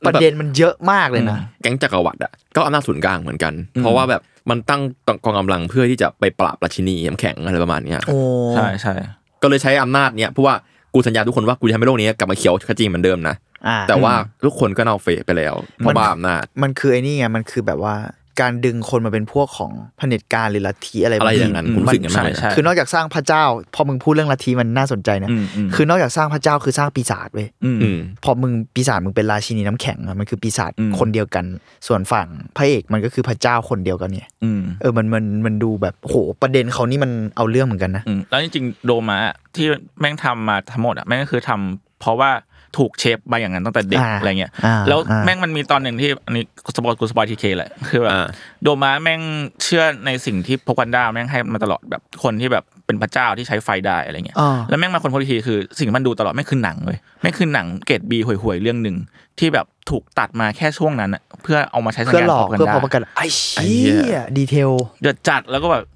S3: แล้ว
S4: ป
S3: แบบ
S4: ระเด็นมันเยอะมากเลยนะ
S3: แก๊งจักรวรรดิอ่ะก็อำนาจศูนย์กลางเหมือนกัน เพราะว่าแบบมันตั้งกองกำลังเพื่อที่จะไปปราบราชินีน้ำแข็งอะไรประมาณเนี้ย
S4: โอ้
S2: ใช่ใช่
S3: ก็เลยใช้อำนาจเนี่ยเพราะว่ากูสัญญาทุกคนว่ากูจะทำให้โลกนี้กลับมาเขียวขจีเหมือนเดิมนะ
S4: อ่า
S3: แต่ว่าทุกคนก็เน่าเฟะไปแล้วเพราะบ้าอำนาจ
S4: มันคือไอ้นี่ไงมันคือแบบว่าการดึงคนมาเป็นพวกของเผด็จการหรือลัทธิอะไร
S3: อะไร
S4: บ
S3: อย่างนั้นผมรู้สึกอย่างนั้
S2: ใช่
S3: นเลยนะ
S2: ใช่
S4: คือนอกจากสร้างพระเจ้า พอมึงพูดเรื่องลัทธิมันน่าสนใจนะ
S2: อืมอืม
S4: คือนอกจากสร้างพระเจ้าคือสร้างปีศาจเว้ย
S2: อืม
S3: อืม
S4: พอมึงปีศาจมึงเป็นราชินีน้ำแข็งอะมันคือปีศาจ
S2: อืม
S4: คนเดียวกัน ส่วนฝั่งพระเอกมันก็คือพระเจ้าคนเดียวกันเนี่ย
S2: อืม
S4: เออมันมันมันดูแบบโหประเด็นเขานี่มันเอาเรื่องเหมือนกันนะ
S2: อืมแล้วจริงๆโดมาอะที่แม่งทำมาทั้งหมดอ่ะแม่งก็คือทำเพราะว่าถูกเชฟมาอย่างนั้นตั้งแต่เด็ก
S4: อ่า
S2: อะไรเงี้ย
S4: อ่า
S2: แล้ว
S4: อ่า
S2: แม่งมันมีตอนหนึ่งที่อันนี้สปอยกูสปอยทีเคแหละคือแบบ
S3: อ่า
S2: โดมาแม่งเชื่อในสิ่งที่พกวันด้าแม่งให้มาตลอดแบบคนที่แบบเป็นพระเจ้าที่ใช้ไฟได้อะไรเงี้ย
S4: อ่า
S2: แล้วแม่งมาคนพบอีกทีคือสิ่งที่มันดูตลอดไม่งคือหนังเลยไม่งคือหนังเกรดบีห่วยๆเรื่องหนึ่งที่แบบถูกตัดมาแค่ช่วงนั้นอะเพื่อเอามาใช้สัญ
S4: เพื่อ
S2: ญาณ
S4: หล
S2: พ
S4: อก
S2: กวัน
S4: เพื่อ
S2: ด้า
S4: พอประกันไอ้เชี่ยดีเทล
S2: เดือดจัดแล้วก็แบบ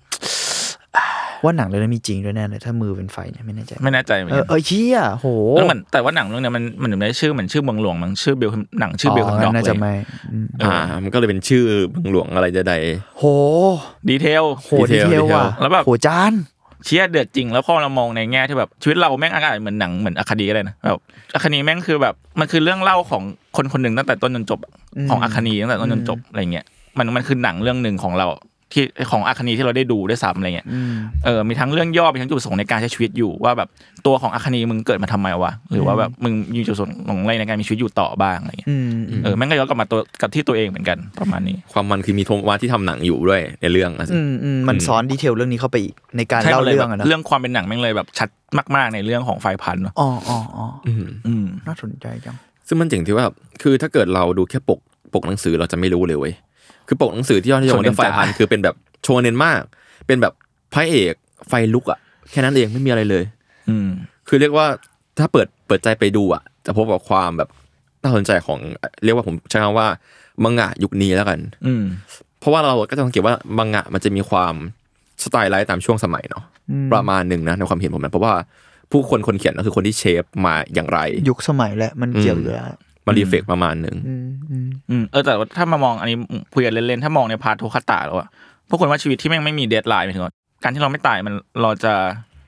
S4: ว่าหนังเรื่องนั้นมีจริงด้วยแน่เลยถ้ามือเป็นไฟเนี่ยไม่แน่ใจ
S2: ไม่แน่ใจเหมือน
S4: เอ
S2: กั
S4: อน เออเชี่ยโห
S2: แล้วเหมือนแต่ว่าหนังเรื่องเนี้ยมันมันเหมือนได้ชื่อเหมือนชื่อเมืองหลวงมั้งชื่อเบลหนังชื่อเบลคัมดอก
S4: น่าจะ
S2: เลย
S4: ไม่อืม
S2: เอออ่
S3: อ่า มันก็เลยเป็นชื่อเมืองหลวงอะไรใด
S4: โห
S2: ดีเทล
S4: โหดี
S3: ดี
S4: เทล
S3: เทล
S4: ว่ะ
S2: แล้วแบบ
S4: โหจาน
S2: เชียเดือดจริงแล้วพอเรามองในแง่ที่แบบชีวิตเราแม่งอากาศเหมือนหนังเหมือนอาคดีก็ได้นะแบบอาคดีแม่งคือแบบมันคือเรื่องเล่าของคนคนหนึ่งตั้งแต่ต้นจนจบอะ
S4: อืม
S2: ของอาคดีตั้งแต่ต้นจนจบอะไรเงี้ยมันมันคือหนังเรื่องหนึ่งของเราที่ของอาคดีที่เราได้ดูด้วยซ้ำอะไรเงี้ย
S4: อืม
S2: เออ มีทั้งเรื่องย่อ มีทั้งจุดประสงค์ในการใช้ชีวิตอยู่ว่าแบบตัวของอาคานีมึงเกิดมาทำไมวะ หรือว่าแบบมึงมีจุดประสงค์ของอะไรในการมีชีวิตอยู่ต่อบ้างอะไรเงี้ย
S4: อืม
S2: เออแม่งก็ย้อนกลับมาตัวกับที่ตัวเองเหมือนกันประมาณนี้
S3: ความมันคือมีโทมัสที่ทำหนังอยู่ด้วยในเรื่องอะสิ
S4: อืมอืมมันซ้อนดีเทลเรื่องนี้เข้าไปอีกในการ
S2: ใช่
S4: เล่า
S2: มันลยแบบ
S4: เรื่องอะนะ
S2: เรื่องความเป็นหนังแม่งเลยแบบชัดมาก ๆ ในเรื่องของไฟพันธุ์เนอะ
S4: อ๋ออ๋ออ๋อ
S3: อืม
S2: อืม
S4: น่าสนใจจัง
S3: ซึ่งมันเจ๋งที่ว่าคือถ้าเกิดเราดูแค่ปกปกหนังสือเราจะไม่รู้เลยเว้ยคือปกหนังสือที่ยอดนิยม
S2: โชเน็
S3: ใน
S2: น
S3: ฝ่า
S2: จ๋า
S3: ยพันธุ์คือเป็นแบบโชเนนมาก เป็นแบบพระเอกไฟลุกอะแค่นั้นเองไม่มีอะไรเลย
S2: อืม
S3: คือเรียกว่าถ้าเปิดเปิดใจไปดูอ่ะ จะพบกับความแบบน่าสนใจของเรียกว่าผมใช้คำว่ามังงะยุคนี้แล้วกัน
S2: อืม
S3: เพราะว่าเราก็จะสังเกตว่ามังงะมันจะมีความสไตล์ไลท์ตามช่วงสมัยเนาะประมาณหนึ่งนะในความเห็นผมนะเพราะว่าผู้คนคนเขียนก็คือคนที่เชฟมาอย่างไร
S4: ยุคสมัยแหละมันเกี่ยวอยู่แล้ว
S3: มารีเฟกประมาณหนึ่ง
S4: อืมอืม
S2: อืม เออ แต่ว่าถ้ามามองอันนี้คุยกันเล่น ๆ ถ้ามองในพาร์ทโทคตาแล้วอะพวกคนว่าชีวิตที่แม่งไม่มีเดดไลน์หมายถึงว่าการที่เราไม่ตายมันเราจะ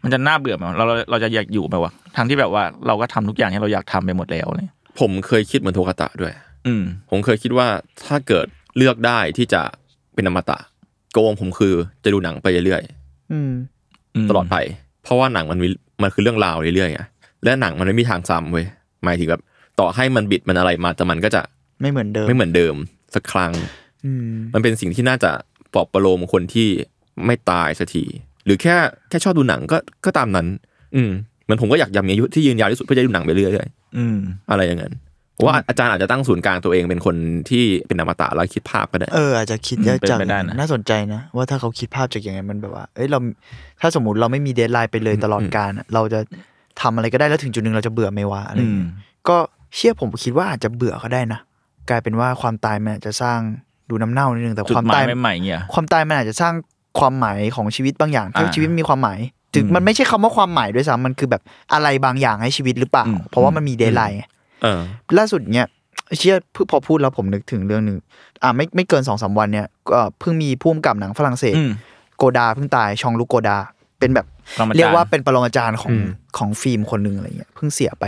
S2: มันจะน่าเบื่อไหมวะเราเราเราจะอยากอยู่ไหมวะทั้งที่แบบว่าเราก็ทำทุกอย่างที่เราอยากทำไปหมดแล้วเลย
S3: ผมเคยคิดเหมือนโทคาตะด้วย
S2: อืม
S3: ผมเคยคิดว่าถ้าเกิดเลือกได้ที่จะเป็นอมตะโกงผมคือจะดูหนังไปเรื่อยๆ
S4: อืม
S2: ม
S3: ตลอดไป เพราะว่าหนังมันมีมันคือเรื่องราวเรื่อยๆไงและหนังมันไม่มีทางซ้ำเว้ย หมายถึงแบบต่อให้มันบิดมันอะไรมา แต่มันก็จะ
S4: ไม่เหมือนเดิม
S3: ไม่เหมือนเดิมสักครั้ง
S4: อืม
S3: มันเป็นสิ่งที่น่าจะปลอบประโลมคนที่ไม่ตายสักที หรือแค่แค่ชอบดูหนังก็ก็ตามนั้น อืมเหมือนผมก็อยากยำอายุที่ยืนยาวที่สุดเพื่อจะดูหนังไปเรื่อย
S2: อืม
S3: ๆ อะไรอย่างนั้นผมว่าอาจารย์อาจจะตั้งศูนย์กลางตัวเองเป็นคนที่เป็นอมตะแล้วคิดภาพก็ได้
S4: เอออาจจะคิด
S2: อืม
S4: ยากจัง
S2: เป็นไปได้นะ
S4: น่าสนใจนะ ว่าถ้าเขาคิดภาพจากอย่างไงมันแบบว่า เอ้ยเราถ้าสมมติเราไม่มีเดทไลน์ไปเลยตลอดการอะเราจะทำอะไรก็ได้แล้วถึงจุดหนึ่งเราจะเบื่อไหมวะอะไร
S2: อื
S4: อย่าง
S2: ม
S4: เงี้ย ก็เชื่อผมคิดว่าอาจจะเบื่อก็ได้นะ กลายเป็นว่าความตายมันอาจจะสร้างดูน้ำเน่านิดนึงแต่
S2: จุด
S4: ความ
S2: หมา
S4: ตาย ย
S2: ใหม่ๆเงี้ย
S4: ความตายมันอาจจะสร้างความหมายของชีวิตบางอย่างถ้า
S2: อ่า
S4: ชีวิตมีความหมาย ถึง
S2: อืม
S4: มันไม่ใช่คำว่าความหมายด้วยซ้ำมันคือแบบอะไรบางอย่างให้ชีวิตหรือเปล่า
S2: อืม
S4: เพราะว่ามันมีเดย์ไลน์
S3: เออ
S4: ล่าสุดเนี่ยเชื่อพอพูดแล้วผมนึกถึงเรื่องหนึ่งอ่าไม่ไม่เกินสองสามวันเนี่ยก็เพิ่งมีผู้กำกับหนังฝรั่งเศส
S2: อืม
S4: โกดาเพิ่งตายชองลุกโกดา เป็นแบบ
S2: ปรมาจารย์
S4: เรียกว่าเป็นปรมาจารย์ของ
S3: อืม
S4: ของฟิล์มคนหนึ่งอะไรเงี้ยเพิ่งเสียไป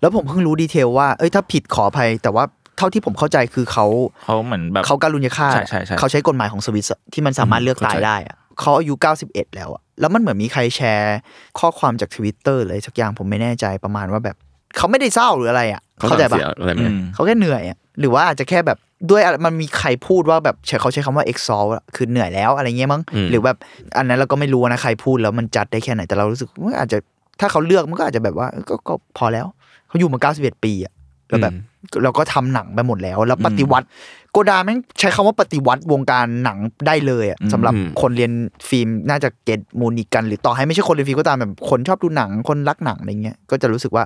S4: แล้วผมเพิ่งรู้ดีเทลว่าเอ้ยถ้าผิดขออภัย แต่ว่าเท่าที่ผมเข้าใจคือเขา
S2: เขาเหมือนแบบ
S4: เขาการุญยฆาต
S2: ใช่ใช่ใช่
S4: เขาใช้กฎหมายของสวิสอะที่มันสามารถเลือกตายได้อะเขาอายุ 91 แล้วอะแล้วมันเหมือนมีใครแชร์ ข้อความจากทวิตเตอร์เลยสักอย่างผมไม่แน่ใจประมาณว่าแบบเขาไม่ได้เศร้าหรืออะไรอะ
S3: เขา
S4: เข้าใจ
S3: สั่ง
S4: ปะ
S3: เสียอะไรไหม
S2: อืม
S4: เขาแค่เหนื่อยอะหรือว่าอาจจะแค่แบบด้วยอะไรมันมีใครพูดว่าแบบใช้เขาใช้คำว่า exhaust อะคือเหนื่อยแล้วอะไรเงี้ยมั้งหรือแบบอันนั้นเราก็ไม่รู้นะใครพูดแล้วมันจัดได้แค่ไหนแต่เรารู้สึกว่าอาจจะถ้าเขาเลือกมันก็อาจจะแบบว่าก็ก็พอแล้ว เขาอยู่มา 91 ปีอะแล้วแบบเราก็ทำหนังไปหมดแล้ว แล้วปฏิวัติ โกดาแม่งใช้คำว่าปฏิวัติวงการหนังได้เลยอะสำหรับคนเรียนฟิล์มน่าจะเก็ตมูลนิกัน หรือต่อให้ไม่ใช่คนเรียนฟิล์มก็ตามแบบคนชอบดูหนังคนรักหนังอะไรเงี้ยก็จะรู้สึกว่า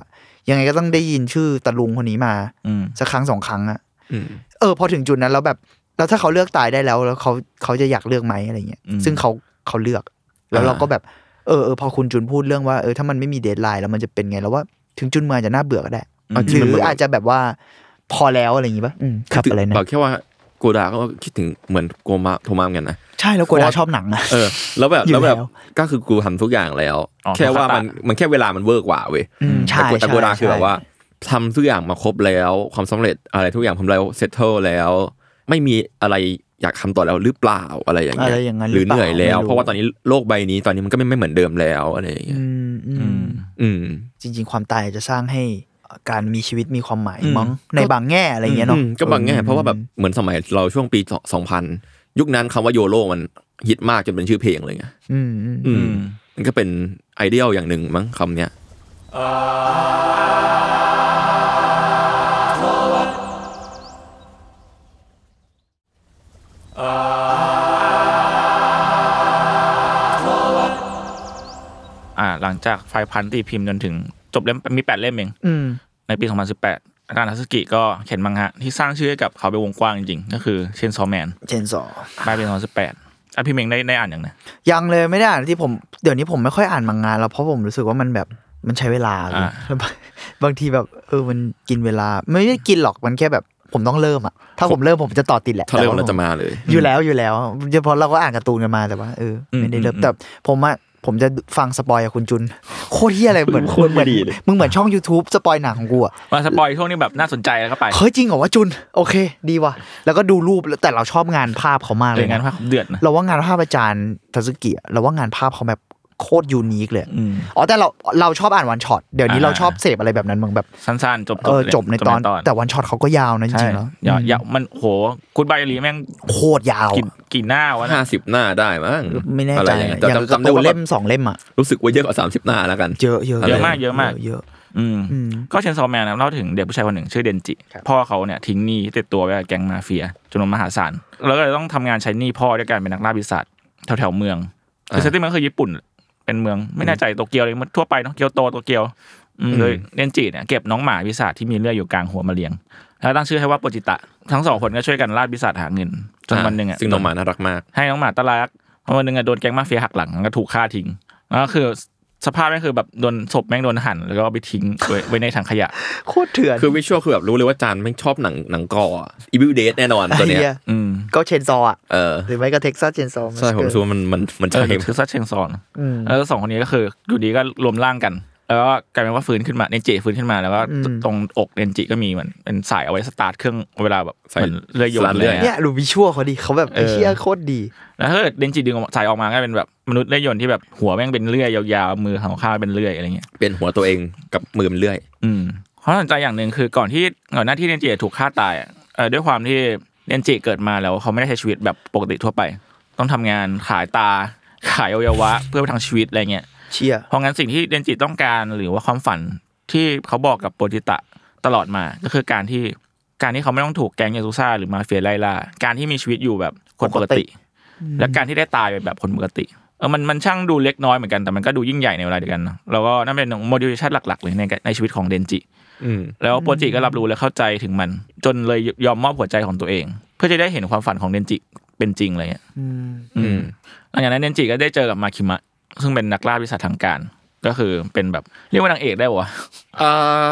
S4: ยังไงก็ต้องได้ยินชื่อตะลุงคนนี้มา
S2: อืม
S4: สักครั้งสองครั้งอะ
S3: อืม
S4: เออพอถึงจุดนั้นแล้วแบบแล้วถ้าเขาเลือกตายได้แล้ว แล้วเขาเขาจะอยากเลือกไหมอะไรเงี้ย
S2: อืม
S4: ซึ่งเขาเขาเลือก แล้ว
S3: อ่า
S4: เราก็แบบเออเออพอคุณจุนพูดเรื่องว่าเออถ้ามันไม่มีเดทไลน์แล้วมันจะเป็นไงแล้วว่าถึงจุดมันอาจจะน่าเบื่อก็ได้
S3: เาจ
S4: หรื
S3: มัน
S4: อ
S3: แบบ
S4: อาจจะแบบว่าพอแล้วอะไรอย่างงี้ป่ะอืมครับอะไรนะ
S3: บอกแค่ว่าโกดาก็คิดถึงเหมือนโกมาโทมามกันนะ
S4: ใช่แล้วกู
S3: เพราะ
S4: น่า
S3: ว่า
S4: ชอบหนังอะ
S3: เออ แล้วแบบ
S4: อยู่
S3: แล้วแบบ
S4: แล้ว
S3: ก็คือกูทำทุกอย่างแล้ว
S2: อ๋อ
S3: แค่ว่า
S2: เขาตั
S3: มั
S2: ด
S3: นมันแค่เวลามันเวอร์กว่าเว้ย
S4: อืมใช่
S3: แต่โกแต่
S4: ใช่
S3: โกดาคือ
S4: ใช่
S3: แบบว่าทำทุกอย่างมาครบแล้ว ความสำเร็จอะไรทุกอย่างทำแล้วเซตเทิลแล้ว ไม่มีอะไรอยากทำต่อแล้วหรือเปล่าอะไรอย่าง
S4: อะ
S3: เงี้
S4: ไร
S3: ย
S4: อย่างนั้น
S3: หรือเหนื่อยแล้ว
S4: ไม่
S3: เพราะว่าตอนนี้โลกใบนี้ตอนนี้มันก็ไม่ไม่เหมือนเดิมแล้วอะไรอย่างเงี้ย
S4: อืมอื
S2: อื
S4: ม
S2: ม
S3: อืม
S4: จริง ๆ ความตายอาจจะสร้างให้การมีชีวิตมีความหมาย
S3: อืม
S4: มั้ง
S3: ก็
S4: ในบางแง่อะไรเงี้ยเนาะ
S3: อืมก็บางแง่เพราะว่าแบบเหมือนสมัยเราช่วงปีสองพันยุคนั้นคำว่าโยโรมันฮิตมากจนเป็นชื่อเพลงเลยไง
S4: อืมอืม
S3: อื
S2: อื
S3: ม
S2: ม
S3: มันก็เป็นไอเดียลอย่างหนึ่งมั้งคำเนี้ย
S2: อ่า หลังจากไฟพันตีพิมพ์จนถึงจบเล่มมีแปดเล่มเอง
S4: อืม
S2: ในปี 2018 อาจารย์ทัศกิก็เขียนมังฮะ ที่สร้างชื่อให้กับเขาไปนวงกว้างจริงๆ ก็คือเชนซอแมน
S4: เจนสอง
S2: ปลายปี 2018อ่ะพี่เมงได้ได้อ่านอย่างนะ
S4: ยังเลยไม่ได้อ่านที่ผมเดี๋ยวนี้ผมไม่ค่อยอ่านมังงานแล้วเพราะผมรู้สึกว่ามันแบบมันใช้เวลา
S2: อ่า
S4: แล้วบางบางทีแบบเออมันกินเวลา ไม่ได้กินหรอกมันแค่แบบผมต้องเริ่มอ่ะ ถ้าผมเริ่มผมจะต่อติดแหละ
S3: ถ้าเริ่ม
S4: แต่ว่
S3: เราจะมาเลย
S4: อยู่แล้วอยู่แล้วเฉพาะเราก็อ่านการ์ตูนกันมาแต่ว่าเออไม่ได้เริ่มแต่ผมอ่ะ ผมจะฟังสปอยจากคุณจุน โคตรเฮี้ยอะไรเหมือน
S5: โคตร
S4: เหมือน
S5: ไม่ดีเลย
S4: มึงเหมือนช่อง YouTube สปอยหนังของกูอะ
S2: มาสปอยช่วงนี้แบบน่าสนใจแล้วก็ไป
S4: เฮ้ยจริงเหรอวะจุน โอเค ดีว่ะ แล้วก็ดูรูปแต่เราชอบงานภาพเขามาก
S2: เล
S4: เลย
S2: ยงา
S4: นะ
S2: นภาคเดือดนะ
S4: เราว่างานภาพอาจารย์ทัศกิอะเราว่างานภาพเขาแบบโคตรยูนิคเลย
S2: อืม
S4: อ๋อแต่เราเราชอบอ่านวันช็อตเดี๋ยวนี้
S2: อ่า
S4: เราชอบเสพอะไรแบบนั้นมึงแบบ
S2: สั้นๆ จบๆ
S4: เออ
S2: เลย
S4: จบในตอน แต่วันช็อตเขาก็ยาวนะจ
S2: ใช่
S4: ริงๆแล้ว
S2: อย่าอย่ามันโหคุณไบรีแม่ง
S4: โคตรยาว
S2: กี่กี่หน้าวะนะ
S3: ห้าสิบหน้าได้มั้ง
S4: ไม่แน่
S3: อะ
S4: ใจ
S3: รอย่าง
S4: อะ
S3: เงี้ย
S4: อย่าง
S3: จำจำได้
S4: ตะปู
S3: ว่าแบ
S4: เล่
S3: บ
S4: มสองเล่มอะ
S3: รู้สึกว่าเยอะกว่าสามสิบหน้าแล้วกัน
S4: เยอะเยอะ
S2: เยอะมากเยอะมาก
S4: เยอะ
S2: อืม
S4: อืม
S2: ก็เชนซอแมนนะเล่าถึงเด็กผู้ชายคนหนึ่งชื่อเดนจิ พ่อเขาเนี่ยทิ้งหนี้ที่ติดตัวไว้กับแก๊งมาเฟียจำนวนมหาศาลแล้วก็เลยต้องทำงานใช้หนี้พ่อด้วยการเป็นนักล่าปีศาจแถวแถวๆเมืองคือ
S3: อ่า
S2: เซตติ้งมันคือญี่ปุ่น เป็นเมืองไม่แน่ใจโตเกียวเลยมันทั่วไปเนาะเกียวโตโตเกียวอืมเลยเดนจิเนี่ยเก็บน้องหมาปีศาจที่มีเลือดอยู่กลางหัวมาเลี้ยง แล้วตั้งชื่อให้ว่าโปจิตะทั้งสองคนก็ช่วยกันล่าปีศาจหาเงินจนวันหนึ่งอ่ะ
S3: ซึ่งน้องหมาน่ารักมาก
S2: ให้น้องหมาตาลักเพราะวันหนึ่งอะโดนแก๊งมาเฟียหักหลังแล้วก็ถูกฆ่าทิ้ง แล้วก็คือสภาพแม่งคือแบบโดนศพแม่งโดนหั่นแล้วก็เอาไปทิ้งไว้ไว้ในถังขยะ
S4: โคตรเถื่อน
S3: คือวิชวลคือแบบรู้เลยว่าจานไม่งชอบหนังหนังกออีวิวเดทแน่นอนตัวเนี้ย
S4: ไอ้หี้ย
S2: อืม
S4: ก็เชนซอว์อะ
S3: เออ
S4: หรือไม่ก็เท็กซัสเชนซอว์
S3: ใช่ผมรู้สึกว่ามันมันมัน
S2: เอ
S3: ใช่
S2: อคือซัดเชงซอน
S4: อืม
S2: แล้วสองคนนี้ก็คืออยู่ดีก็รวมร่างกัน แล้วก็กลายเป็นว่าฟื้นขึ้นมาเนนจิฟื้นขึ้นมาแล้วก็
S4: อืม
S2: ตรงอกเนนจิก็มีเหมือนเป็นสายเอาไว้สตาร์ทเครื่องเวลาแบบเหมือนเลื่อยยนต์เลยอะ
S4: เนี่ยดูวิชวลเขาดีเขาแบบ
S2: เออ
S4: ไอ้เชี่ยโคตรดี
S2: แล้วถ้าเกิดเดนจิดึงออกมาสายออกมาก็เป็นแบบมนุษย์เลื่อยยนต์ที่แบบหัวแม่งเป็นเลื่อยยาวๆมือของข้างเป็นเลื่อยอะไรเงี้ย
S3: เป็นหัวตัวเองกับมือมันเลื่อย
S2: อืมความสนใจอย่างหนึ่งคือก่อนที่ก่อนหน้าที่เดนจิจะถูกฆ่าตายอะเอ่อด้วยความที่เดนจิเกิดมาแล้วเขาไม่ได้ใช้ชีวิตแบบปกติทั่วไป ต้องทำงานขายตา ขายอวัยวะ เพื่อประทังชีวิตอะไรเงี้ย
S4: เชี่ย
S2: เพราะงั้นสิ่งที่เดนจิต้องการหรือว่าความฝันที่เขาบอกกับโปรติตะตลอดมาก็คือการที่การที่เขาไม่ต้องถูกแก๊งยาซูซ่าหรือมาเฟียไล่ล่าการที่มีชีวิตอยู่แบบคนปกติ และการที่ได้ตายไปแบบคนปกติเออมันมันช่างดูเล็กน้อยเหมือนกันแต่มันก็ดูยิ่งใหญ่ในเวลาเดียวกันเนอะแล้วก็นั่นเป็น motivation หลักๆเลยในในชีวิตของเดนจิ
S3: อืม
S2: แล้วโปรจิก็รับรู้และเข้าใจถึงมัน จนเลยยอมมอบหัวใจของตัวเอง เพื่อจะได้เห็นความฝันของเดนจิเป็นจริงอะไรเงี้ยอืมหลังจากนั้นเดนจิก็ได้เจอกับมาคิมะ ซึ่งเป็นนักล่าวิสัททางการ ก็คือเป็นแบบเรียกว่านางเอกได้ปะวะ
S3: อ่า